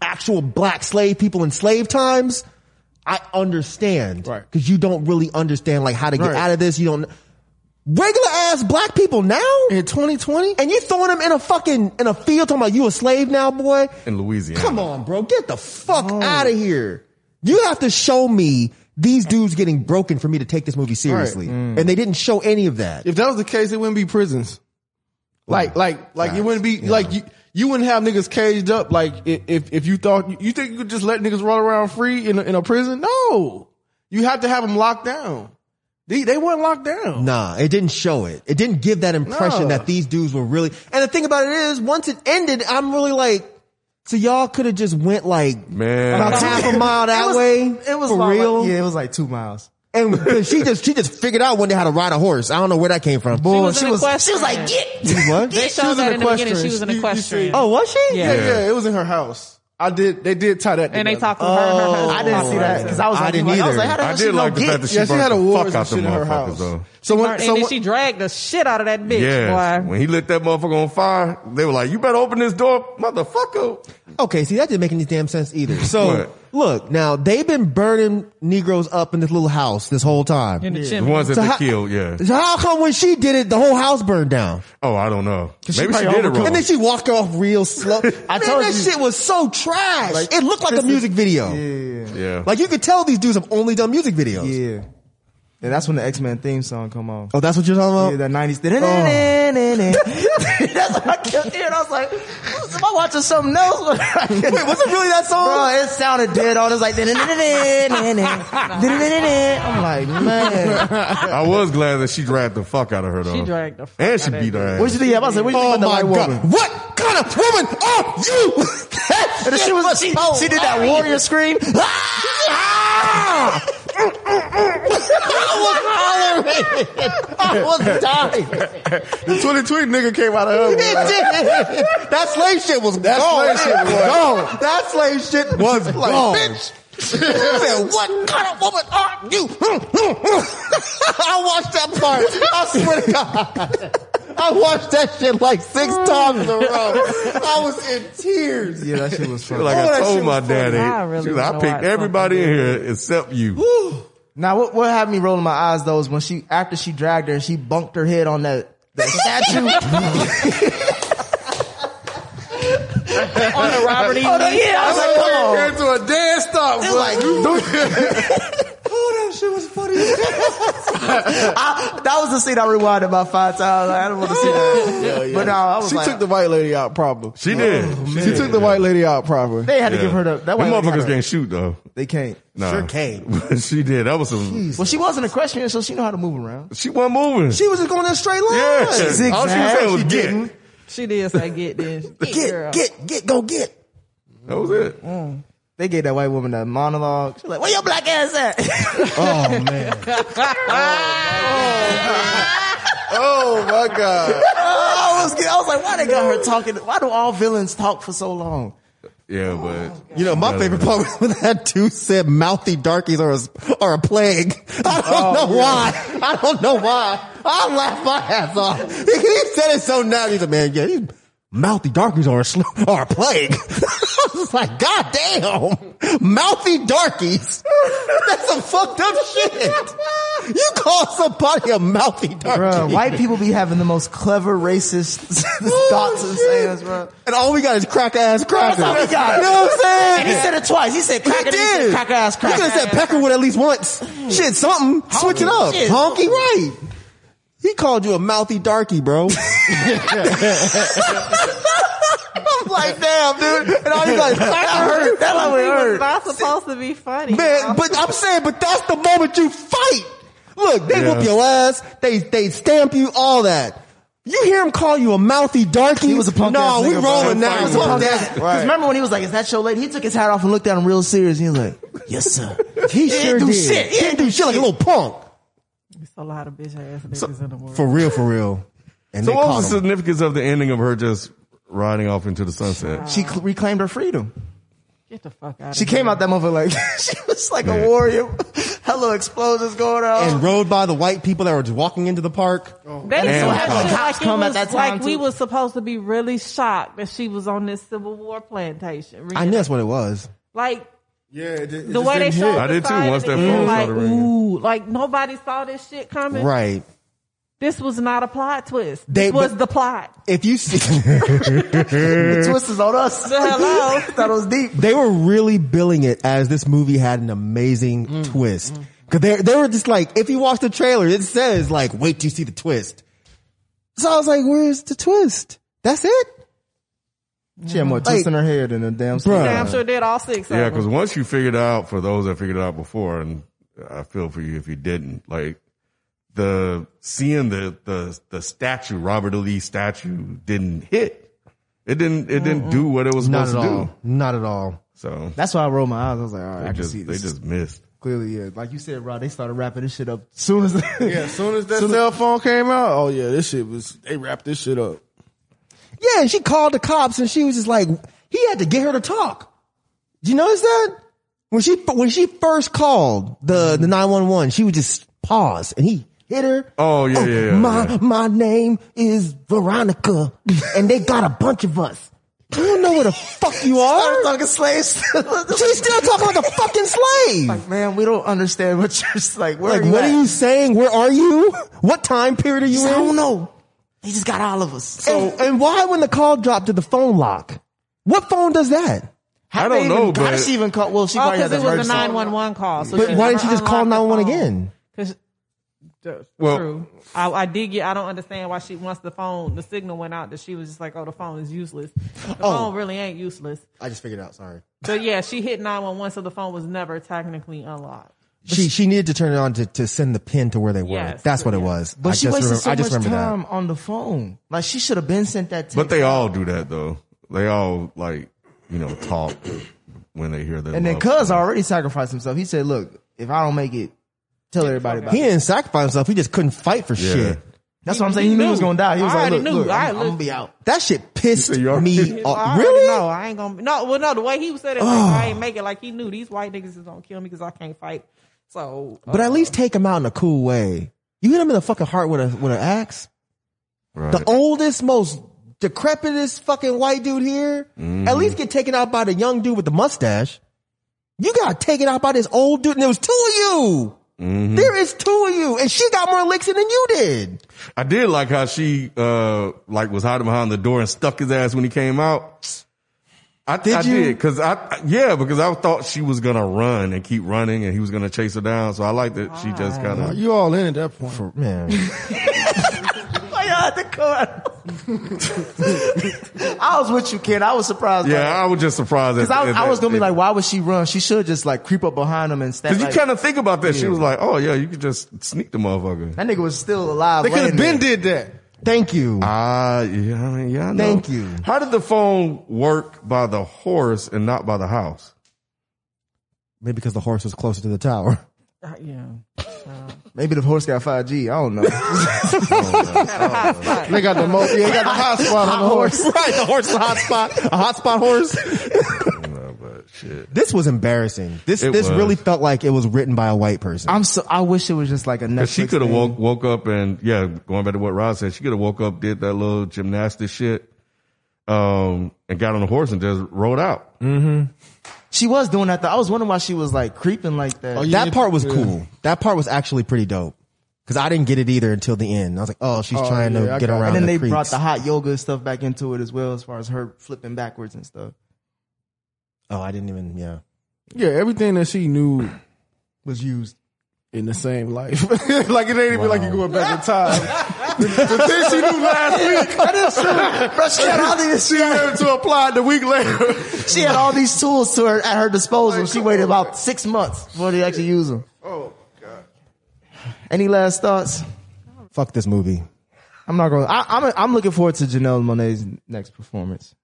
Speaker 6: actual black slave people in slave times, I understand.
Speaker 8: Right.
Speaker 6: Because you don't really understand like how to get
Speaker 8: Right.
Speaker 6: out of this. You don't regular ass black people now
Speaker 8: in 2020,
Speaker 6: and you throwing them in a fucking in a field talking about you a slave now, boy.
Speaker 1: In Louisiana.
Speaker 6: Come on, bro. Get the fuck out of here. You have to show me these dudes getting broken for me to take this movie seriously. And they didn't show any of that.
Speaker 8: if that was the case, it wouldn't be prisons. Like like like it wouldn't be like you. You wouldn't have niggas caged up like i- if if you thought you think you could just let niggas run around free in a, in a prison. No, you have to have them locked down. They they weren't locked down.
Speaker 6: Nah, it didn't show it. It didn't give that
Speaker 8: No.
Speaker 6: impression that these dudes were really. And the thing about it is, once it ended, I'm really like, so y'all could have just went like
Speaker 1: Man.
Speaker 6: about half a mile that
Speaker 4: It was-
Speaker 6: way.
Speaker 4: It was
Speaker 6: for
Speaker 4: like-
Speaker 6: real.
Speaker 4: yeah, it was like two miles.
Speaker 6: And <laughs> 'cause she just she just figured out one day how to ride a horse. I don't know where that came from.
Speaker 5: She
Speaker 4: Bull-
Speaker 5: was
Speaker 4: she
Speaker 5: an
Speaker 4: was-
Speaker 5: equestrian.
Speaker 6: What?
Speaker 5: They showed
Speaker 8: was
Speaker 5: that
Speaker 8: an
Speaker 5: in the beginning. She was an
Speaker 8: equestrian. You- you see-
Speaker 5: equestrian.
Speaker 6: Oh, was she?
Speaker 5: Yeah.
Speaker 8: Yeah, yeah, it was in her house. I did. They did tie that.
Speaker 5: and they
Speaker 8: together.
Speaker 5: talked to her. and her husband.
Speaker 4: Oh, I didn't see that because I was
Speaker 6: I
Speaker 4: like,
Speaker 6: didn't
Speaker 4: like, I was
Speaker 6: either.
Speaker 4: like, how the
Speaker 1: I
Speaker 4: hell she
Speaker 1: did like
Speaker 4: gonna
Speaker 1: the
Speaker 4: get?
Speaker 1: fact that she,
Speaker 8: yeah, she
Speaker 1: burnt
Speaker 8: had
Speaker 1: the
Speaker 8: a war
Speaker 1: fuck out them
Speaker 8: in her
Speaker 1: motherfuckers
Speaker 8: house.
Speaker 1: though.
Speaker 8: So when,
Speaker 5: and
Speaker 8: so
Speaker 5: then
Speaker 8: when,
Speaker 5: she dragged the shit out of that bitch,
Speaker 1: Yes.
Speaker 5: boy.
Speaker 1: When he lit that motherfucker on fire, they were like, you better open this door, motherfucker.
Speaker 6: Okay, see that didn't make any damn sense either. So
Speaker 1: What?
Speaker 6: look, now they've been burning Negroes up in this little house this whole time.
Speaker 5: In the
Speaker 1: The
Speaker 5: chimney.
Speaker 1: ones that
Speaker 6: So
Speaker 1: they
Speaker 6: how-
Speaker 1: killed, yeah.
Speaker 6: So how come when she did it, the whole house burned down?
Speaker 1: Oh, I don't know. Maybe she,
Speaker 4: probably
Speaker 1: did it
Speaker 4: overcooked.
Speaker 1: wrong.
Speaker 6: And then she walked off real slow. I Man,
Speaker 4: told
Speaker 6: that
Speaker 4: you.
Speaker 6: shit was so trash.
Speaker 4: Like,
Speaker 6: it looked like
Speaker 4: this
Speaker 6: a
Speaker 4: is-
Speaker 6: music video.
Speaker 1: yeah.
Speaker 6: Like you could tell these dudes have only done music videos.
Speaker 4: Yeah, yeah. And that's when the X Men theme song come on.
Speaker 6: Oh, that's what you're
Speaker 4: Yeah,
Speaker 6: talking about?
Speaker 4: that nineties. <laughs> That's what I kept hearing. I was like, am I watching something else? <laughs> Wait, was it really that song? Bro, it sounded dead on. It was like, <laughs> I'm like, man.
Speaker 1: I was glad that she dragged the fuck out of her though.
Speaker 5: She dragged the fuck
Speaker 1: And she
Speaker 5: out of
Speaker 1: beat
Speaker 5: that
Speaker 1: her ass.
Speaker 4: What you think? I was like, what you think
Speaker 6: Oh
Speaker 4: about the
Speaker 6: my
Speaker 4: white
Speaker 6: god.
Speaker 4: woman?
Speaker 6: What kind of woman are you? That
Speaker 4: And then
Speaker 6: shit
Speaker 4: she was, she,
Speaker 6: so
Speaker 4: she did that
Speaker 6: horrible.
Speaker 4: warrior scream. <laughs>
Speaker 6: Ah! I was hollering. I was <laughs> dying.
Speaker 8: the 2020 nigga came out of her.
Speaker 6: It did. <laughs> that slave shit was that gone.
Speaker 8: slave shit was
Speaker 6: gone. That slave shit was
Speaker 8: like,
Speaker 6: gone.
Speaker 8: bitch.
Speaker 6: You said, what kind of woman are you? <laughs> I watched that part. I swear to God. I watched that shit like six times in a row. I was in tears.
Speaker 4: Yeah, that shit was
Speaker 1: She was
Speaker 4: funny.
Speaker 1: like
Speaker 6: Oh,
Speaker 1: I
Speaker 6: that
Speaker 1: told
Speaker 6: shit
Speaker 1: my
Speaker 6: was funny.
Speaker 1: daddy,
Speaker 5: I really
Speaker 1: she was like, I
Speaker 5: wanna
Speaker 1: picked
Speaker 5: watch
Speaker 1: everybody in here except you.
Speaker 4: Now, what, what had me rolling my eyes though is when she after she dragged her and she bunked her head on that that statue.
Speaker 5: on the Robert E.
Speaker 4: Oh,
Speaker 5: Lee.
Speaker 4: yeah, I was like, come
Speaker 5: <laughs>
Speaker 4: on.
Speaker 8: Get to a dead stop. bro.
Speaker 4: like, oh, that shit was funny. I, that was the scene I rewound about five times. Like, I don't want to see that. But no, I was
Speaker 8: she
Speaker 4: like,
Speaker 8: took the white lady out proper.
Speaker 1: She did.
Speaker 8: She took the white lady out proper.
Speaker 4: they had to give her the that
Speaker 1: Them
Speaker 4: white lady had
Speaker 1: motherfuckers
Speaker 4: her-
Speaker 1: can't shoot though.
Speaker 4: They can't.
Speaker 1: Nah.
Speaker 6: Sure can.
Speaker 1: But <laughs> she did. That was some.
Speaker 4: Well, she wasn't a equestrian, so she know how to move around.
Speaker 1: She wasn't moving.
Speaker 4: She was just going in a straight line.
Speaker 1: yeah. All she was saying was get.
Speaker 5: She did say get
Speaker 4: <laughs>
Speaker 5: this. Get, girl.
Speaker 6: get, get, go get.
Speaker 1: That was it.
Speaker 4: They gave that white woman that monologue. She's like, "Where your black ass at?"
Speaker 6: Oh man.
Speaker 8: Oh my god.
Speaker 4: I was, I was like, "Why they got her talking? Why do all villains talk for so long?"
Speaker 1: Yeah, but
Speaker 6: You know, my favorite part <laughs> was when that dude said mouthy darkies are a, are a plague. I
Speaker 4: Oh,
Speaker 6: don't know why. I don't know why. I laughed my ass off. He, he said it so now. He's like, man, yeah, these mouthy darkies are a, sl- are a plague. <laughs> I was like, god damn. Mouthy darkies. That's some fucked up shit. You call somebody a mouthy darkie.
Speaker 4: Bruh, white people
Speaker 6: <laughs>
Speaker 4: be having the most clever racist thoughts and sayings, bro.
Speaker 6: Oh, And all we got is crack ass crackers.
Speaker 4: all we got.
Speaker 6: You know what I'm saying?
Speaker 4: And he said it twice. He said cracker,
Speaker 6: He
Speaker 4: he said
Speaker 6: did.
Speaker 4: cracker ass
Speaker 6: You could
Speaker 4: cracker.
Speaker 6: have said Peckerwood at least once. Shit, something. Switch it up.
Speaker 4: Shit.
Speaker 6: Honky, right. He called you a mouthy
Speaker 4: <laughs>
Speaker 6: darky, bro. I'm like, damn, dude. And all
Speaker 5: <laughs>
Speaker 6: you got is cracker hurt. That's
Speaker 4: That
Speaker 6: what
Speaker 4: one
Speaker 5: It's
Speaker 4: hurt.
Speaker 5: not supposed to be funny.
Speaker 6: Man, but I'm saying, but that's the moment you fight. Look, they whoop your ass. They, they stamp you, all that. You hear him call you a mouthy darky.
Speaker 4: He was a punk
Speaker 6: No,
Speaker 4: ass
Speaker 6: we
Speaker 4: nigga, bro.
Speaker 6: rolling
Speaker 4: He
Speaker 6: now.
Speaker 4: was a
Speaker 6: Fuck
Speaker 4: punk ass-
Speaker 6: that.
Speaker 4: 'Cause remember when he was like, "Is that your lady?" He took his hat off and looked at him real serious. And he was like, "Yes, <laughs> sir."
Speaker 6: He
Speaker 4: Didn't
Speaker 6: sure
Speaker 4: do
Speaker 6: did.
Speaker 4: shit.
Speaker 6: He didn't do shit like a little punk.
Speaker 5: It's a lot of bitch ass niggas in the world.
Speaker 6: For real, for real. And
Speaker 1: so
Speaker 6: they
Speaker 1: what
Speaker 6: caught
Speaker 1: was the
Speaker 6: him.
Speaker 1: significance of the ending of her just riding off into the sunset?
Speaker 4: She cl- reclaimed her freedom.
Speaker 5: Get the fuck out.
Speaker 4: She came out that motherfucker like <laughs> she was like a warrior. <laughs> Hello, explosions going on.
Speaker 6: and rode by the white people that were just walking into the park.
Speaker 4: Oh.
Speaker 5: They
Speaker 1: And
Speaker 5: so
Speaker 1: the
Speaker 5: happy
Speaker 4: cops
Speaker 5: like, it
Speaker 4: come at
Speaker 5: was
Speaker 4: that time,
Speaker 5: like we
Speaker 4: too.
Speaker 5: was supposed to be really shocked that she was on this Civil War plantation.
Speaker 6: I knew that's what it was.
Speaker 5: Like
Speaker 8: Yeah, it, it
Speaker 5: the way they showed
Speaker 1: I
Speaker 5: the
Speaker 1: did too,
Speaker 5: side
Speaker 1: once
Speaker 5: of the
Speaker 1: that
Speaker 5: end,
Speaker 1: phone
Speaker 5: like,
Speaker 1: started ringing.
Speaker 5: ooh, like nobody saw this shit coming.
Speaker 6: Right.
Speaker 5: This was not a plot twist.
Speaker 6: They-
Speaker 5: this was
Speaker 6: but-
Speaker 5: the plot.
Speaker 6: If you see, <laughs>
Speaker 4: the twist is on us.
Speaker 5: hello. <laughs>
Speaker 4: that was deep.
Speaker 6: they were really billing it as this movie had an amazing twist. Cause they, they were just like, if you watch the trailer, it says like, wait till you see the twist. So I was like, where's the twist? That's it?
Speaker 4: She had more twists in her hair than a damn.
Speaker 6: Bruh.
Speaker 5: Damn sure did all six.
Speaker 1: Yeah,
Speaker 5: of
Speaker 1: because
Speaker 5: them.
Speaker 1: once you figured out, for those that figured it out before, and I feel for you if you didn't, like the seeing the the the statue, Robert E. Lee statue, didn't hit. It didn't. It didn't do what it was
Speaker 6: Not
Speaker 1: supposed
Speaker 6: at
Speaker 1: to
Speaker 6: all.
Speaker 1: do.
Speaker 6: Not at all.
Speaker 1: So
Speaker 4: That's why I rolled my eyes. I was like, all right,
Speaker 1: they
Speaker 4: I can
Speaker 1: just
Speaker 4: see
Speaker 1: they
Speaker 4: this.
Speaker 1: just missed.
Speaker 4: Clearly, yeah. Like you said, Rod, they started wrapping this shit up soon as.
Speaker 6: <laughs>
Speaker 8: Yeah, as soon as that cell phone came out, oh yeah, this shit was. They wrapped this shit up.
Speaker 6: Yeah. And she called the cops and she was just like, he had to get her to talk. Did you notice that? When she, when she first called the, the 911, she would just pause and he hit her.
Speaker 1: Oh yeah, yeah, yeah.
Speaker 6: my
Speaker 1: yeah.
Speaker 6: my name is Veronica, and they got a bunch of us. You don't know where the
Speaker 4: <laughs>
Speaker 6: fuck you
Speaker 4: I'm
Speaker 6: are.
Speaker 4: talking slaves.
Speaker 6: She's still talking like a fucking slave. Like,
Speaker 4: Man, we don't understand what you're like. Where
Speaker 6: what
Speaker 4: at?
Speaker 6: are you saying? Where are you? What time period are you
Speaker 4: I don't
Speaker 6: in?
Speaker 4: know. They just got all of us.
Speaker 6: and, and why, when the call dropped, did the phone lock? What phone does that?
Speaker 4: How
Speaker 1: I
Speaker 4: they
Speaker 1: don't
Speaker 4: even,
Speaker 1: know,
Speaker 4: how
Speaker 1: but-
Speaker 4: did she even call? Well, she
Speaker 5: Oh,
Speaker 4: probably
Speaker 5: because
Speaker 4: had
Speaker 5: it was a
Speaker 4: emergency.
Speaker 5: 911 call. So
Speaker 6: But why didn't you just call 911 again?
Speaker 5: Because,
Speaker 1: Well-
Speaker 5: true. I, I did get, I don't understand why she, once the phone, the signal went out, that she was just like, oh, the phone is useless. The
Speaker 6: Oh.
Speaker 5: phone really ain't useless.
Speaker 6: I just figured out. Sorry.
Speaker 5: But yeah, she hit 911, so the phone was never technically unlocked.
Speaker 6: She she needed to turn it on to, to send the pin to where they were.
Speaker 5: Yes.
Speaker 6: That's what it was.
Speaker 4: But
Speaker 6: I
Speaker 4: she
Speaker 6: just
Speaker 4: wasted
Speaker 6: remember,
Speaker 4: so
Speaker 6: I just
Speaker 4: much
Speaker 6: remember that.
Speaker 4: time on the phone. Like she should have been sent that text.
Speaker 1: But they all do that though. They all like you know talk when they hear that.
Speaker 4: and then Cuz already sacrificed himself. He said, "Look, if I don't make it, tell everybody about
Speaker 6: He
Speaker 4: it."
Speaker 6: didn't sacrifice himself. He just couldn't fight for
Speaker 1: Yeah.
Speaker 6: shit.
Speaker 4: That's what I'm saying. He knew he was gonna die. He was
Speaker 5: I
Speaker 4: like,
Speaker 5: already
Speaker 4: "Look,
Speaker 5: knew.
Speaker 4: look,
Speaker 5: I
Speaker 4: I'm, I'm
Speaker 5: looked-
Speaker 4: gonna be out."
Speaker 6: That
Speaker 4: <laughs>
Speaker 6: shit pissed
Speaker 1: you already-
Speaker 6: me
Speaker 5: I
Speaker 6: off.
Speaker 5: already
Speaker 6: Oh, Really? Oh.
Speaker 5: know. I ain't gonna. No, well, no. The way he said it, like, I ain't make it. Like he knew these white niggas is gonna kill me because I can't fight. So, uh,
Speaker 6: But at least take him out in a cool way. You hit him in the fucking heart with a with an axe.
Speaker 1: Right.
Speaker 6: The oldest, most decrepitest fucking white dude here. At least get taken out by the young dude with the mustache. You got taken out by this old dude, and there was two of you. There is two of you, and she got more licks than you did.
Speaker 1: I did like how she uh like was hiding behind the door and stuck his ass when he came out. I did I
Speaker 6: you?
Speaker 1: did because I yeah because I thought she was gonna run and keep running and he was gonna chase her down. So I like that she just kind of
Speaker 8: You all in at that point.
Speaker 6: Man,
Speaker 4: Why y'all had to come? <laughs> I was with you, Ken. I was surprised.
Speaker 1: yeah. I was just surprised
Speaker 4: because I, was- I was gonna be like, why would she run? She should just like creep up behind him and stab.
Speaker 1: because you
Speaker 4: like-
Speaker 1: kind of think about that. She was like, oh yeah, you could just sneak the motherfucker.
Speaker 4: that nigga was still alive.
Speaker 8: They could have
Speaker 4: laying
Speaker 8: been
Speaker 4: there.
Speaker 8: did that.
Speaker 6: thank you.
Speaker 1: Ah yeah, I mean, yeah. I know.
Speaker 6: Thank you.
Speaker 1: How did the phone work by the horse and not by the house?
Speaker 6: Maybe because the horse was closer to the tower.
Speaker 5: Uh, yeah.
Speaker 4: Maybe the horse got five G. I don't
Speaker 6: <laughs>
Speaker 4: know.
Speaker 8: They got the mo- yeah, they got the hot spot
Speaker 6: <laughs>
Speaker 8: on the horse.
Speaker 6: right, the horse is a hot spot. A hot spot horse.
Speaker 1: No, but shit.
Speaker 6: This was embarrassing. This
Speaker 1: It
Speaker 6: this
Speaker 1: was.
Speaker 6: really felt like it was written by a white person.
Speaker 4: I'm so. I wish it was just like a Netflix.
Speaker 1: Cause she could have
Speaker 4: thing.
Speaker 1: woke woke up and yeah, going back to what Rod said, she could have woke up, did that little gymnastic shit, um, and got on a horse and just rode out.
Speaker 4: She was doing that. Though. I was wondering why she was like creeping like that.
Speaker 8: Oh, yeah.
Speaker 6: that part was
Speaker 8: Yeah.
Speaker 6: cool. That part was actually pretty dope. Cause I didn't get it either until the end. I was like, oh, she's trying
Speaker 8: yeah,
Speaker 6: to
Speaker 8: I
Speaker 6: get
Speaker 8: got it.
Speaker 6: around.
Speaker 4: and then
Speaker 6: the
Speaker 4: they
Speaker 6: creeks.
Speaker 4: brought the hot yoga stuff back into it as well, as far as her flipping backwards and stuff.
Speaker 6: Oh, I didn't even. Yeah.
Speaker 8: Yeah, everything that she knew
Speaker 4: Was used.
Speaker 8: in the same life. <laughs> like it ain't even like you're going back in <laughs> time. the, the thing she knew last week,
Speaker 4: That is true. Bro, she, had all these,
Speaker 8: she had <laughs> to apply it the week later.
Speaker 4: she had all these tools to her at her disposal. She waited about six months before they actually use them.
Speaker 8: oh god.
Speaker 4: Any last thoughts?
Speaker 6: Fuck this movie.
Speaker 4: I'm not going. to I'm I'm looking forward to Janelle Monae's next performance.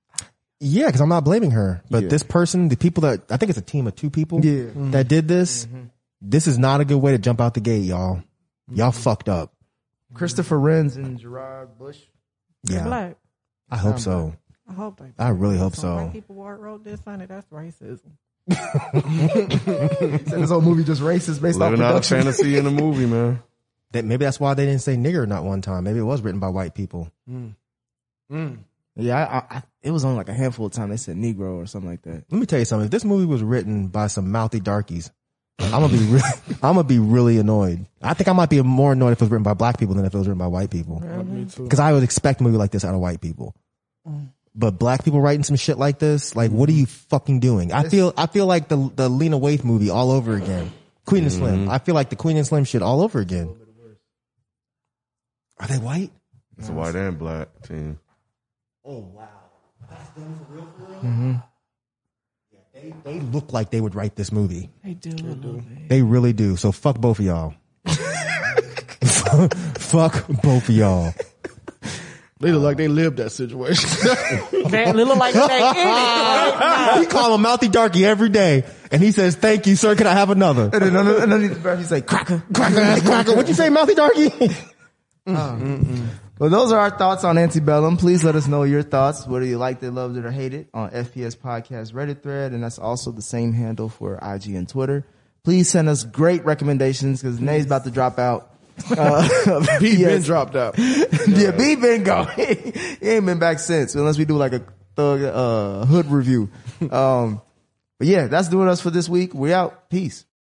Speaker 6: Yeah, because I'm not blaming her. But
Speaker 4: Yeah.
Speaker 6: this person, the people that I think it's a team of two people
Speaker 4: Yeah. Mm-hmm.
Speaker 6: that did this, this is not a good way to jump out the gate, y'all.
Speaker 4: Mm-hmm.
Speaker 6: Y'all fucked up.
Speaker 4: Christopher Renz and Gerard Bush.
Speaker 6: Yeah.
Speaker 5: Black.
Speaker 6: I hope so.
Speaker 5: I hope they.
Speaker 6: I really hope
Speaker 5: So
Speaker 6: so.
Speaker 5: White people wrote- wrote this on it. That's racism.
Speaker 4: Said this whole movie just racist based
Speaker 1: Living out
Speaker 4: off
Speaker 1: a
Speaker 4: production.
Speaker 1: fantasy in a movie,
Speaker 4: <laughs>
Speaker 1: man.
Speaker 6: That maybe that's why they didn't say nigger not one time. Maybe it was written by white people.
Speaker 4: Yeah, I, I, I, it was only like a handful of times they said Negro or something like that.
Speaker 6: Let me tell you something. If this movie was written by some mouthy darkies, I'm gonna be really, <laughs> I'm gonna be really annoyed. I think I might be more annoyed if it was written by black people than if it was written by white people. Because I would expect a movie like this out of white people. But black people writing some shit like this, like what are you fucking doing? I feel I feel like the the Lena Waithe movie all over again. Queen and Slim. I feel like the Queen and Slim shit all over again. Are they white?
Speaker 1: It's a white and black team.
Speaker 6: Oh wow. That's them for real for real? Yeah, they, they look like they would write this movie.
Speaker 5: They do. a little bit.
Speaker 6: They really do. So fuck both
Speaker 5: <laughs>
Speaker 6: of y'all. fuck both of y'all.
Speaker 8: They look like they lived that situation.
Speaker 5: They look like they in
Speaker 6: <laughs>
Speaker 5: it.
Speaker 6: He call him mouthy darky every day, and he says, "Thank you, sir. Can I have another?"
Speaker 4: And then, and then he's- bro, he's like cracker, cracker, cracker.
Speaker 6: What'd you say, mouthy darky?
Speaker 4: Well, those are our thoughts on Antebellum. Please let us know your thoughts, whether you liked it, loved it, or hated it, on FPS Podcast Reddit thread, and that's also the same handle for IG and Twitter. Please send us great recommendations because Nay's about to
Speaker 8: <laughs>
Speaker 4: drop out. Uh,
Speaker 8: He been
Speaker 4: yes.
Speaker 8: dropped out.
Speaker 4: <laughs> Yeah, B been gone. <laughs> he ain't been back since, unless we do like a
Speaker 8: <laughs>
Speaker 4: thug uh, hood review. Um, but yeah, that's doing us for this week. We out. Peace.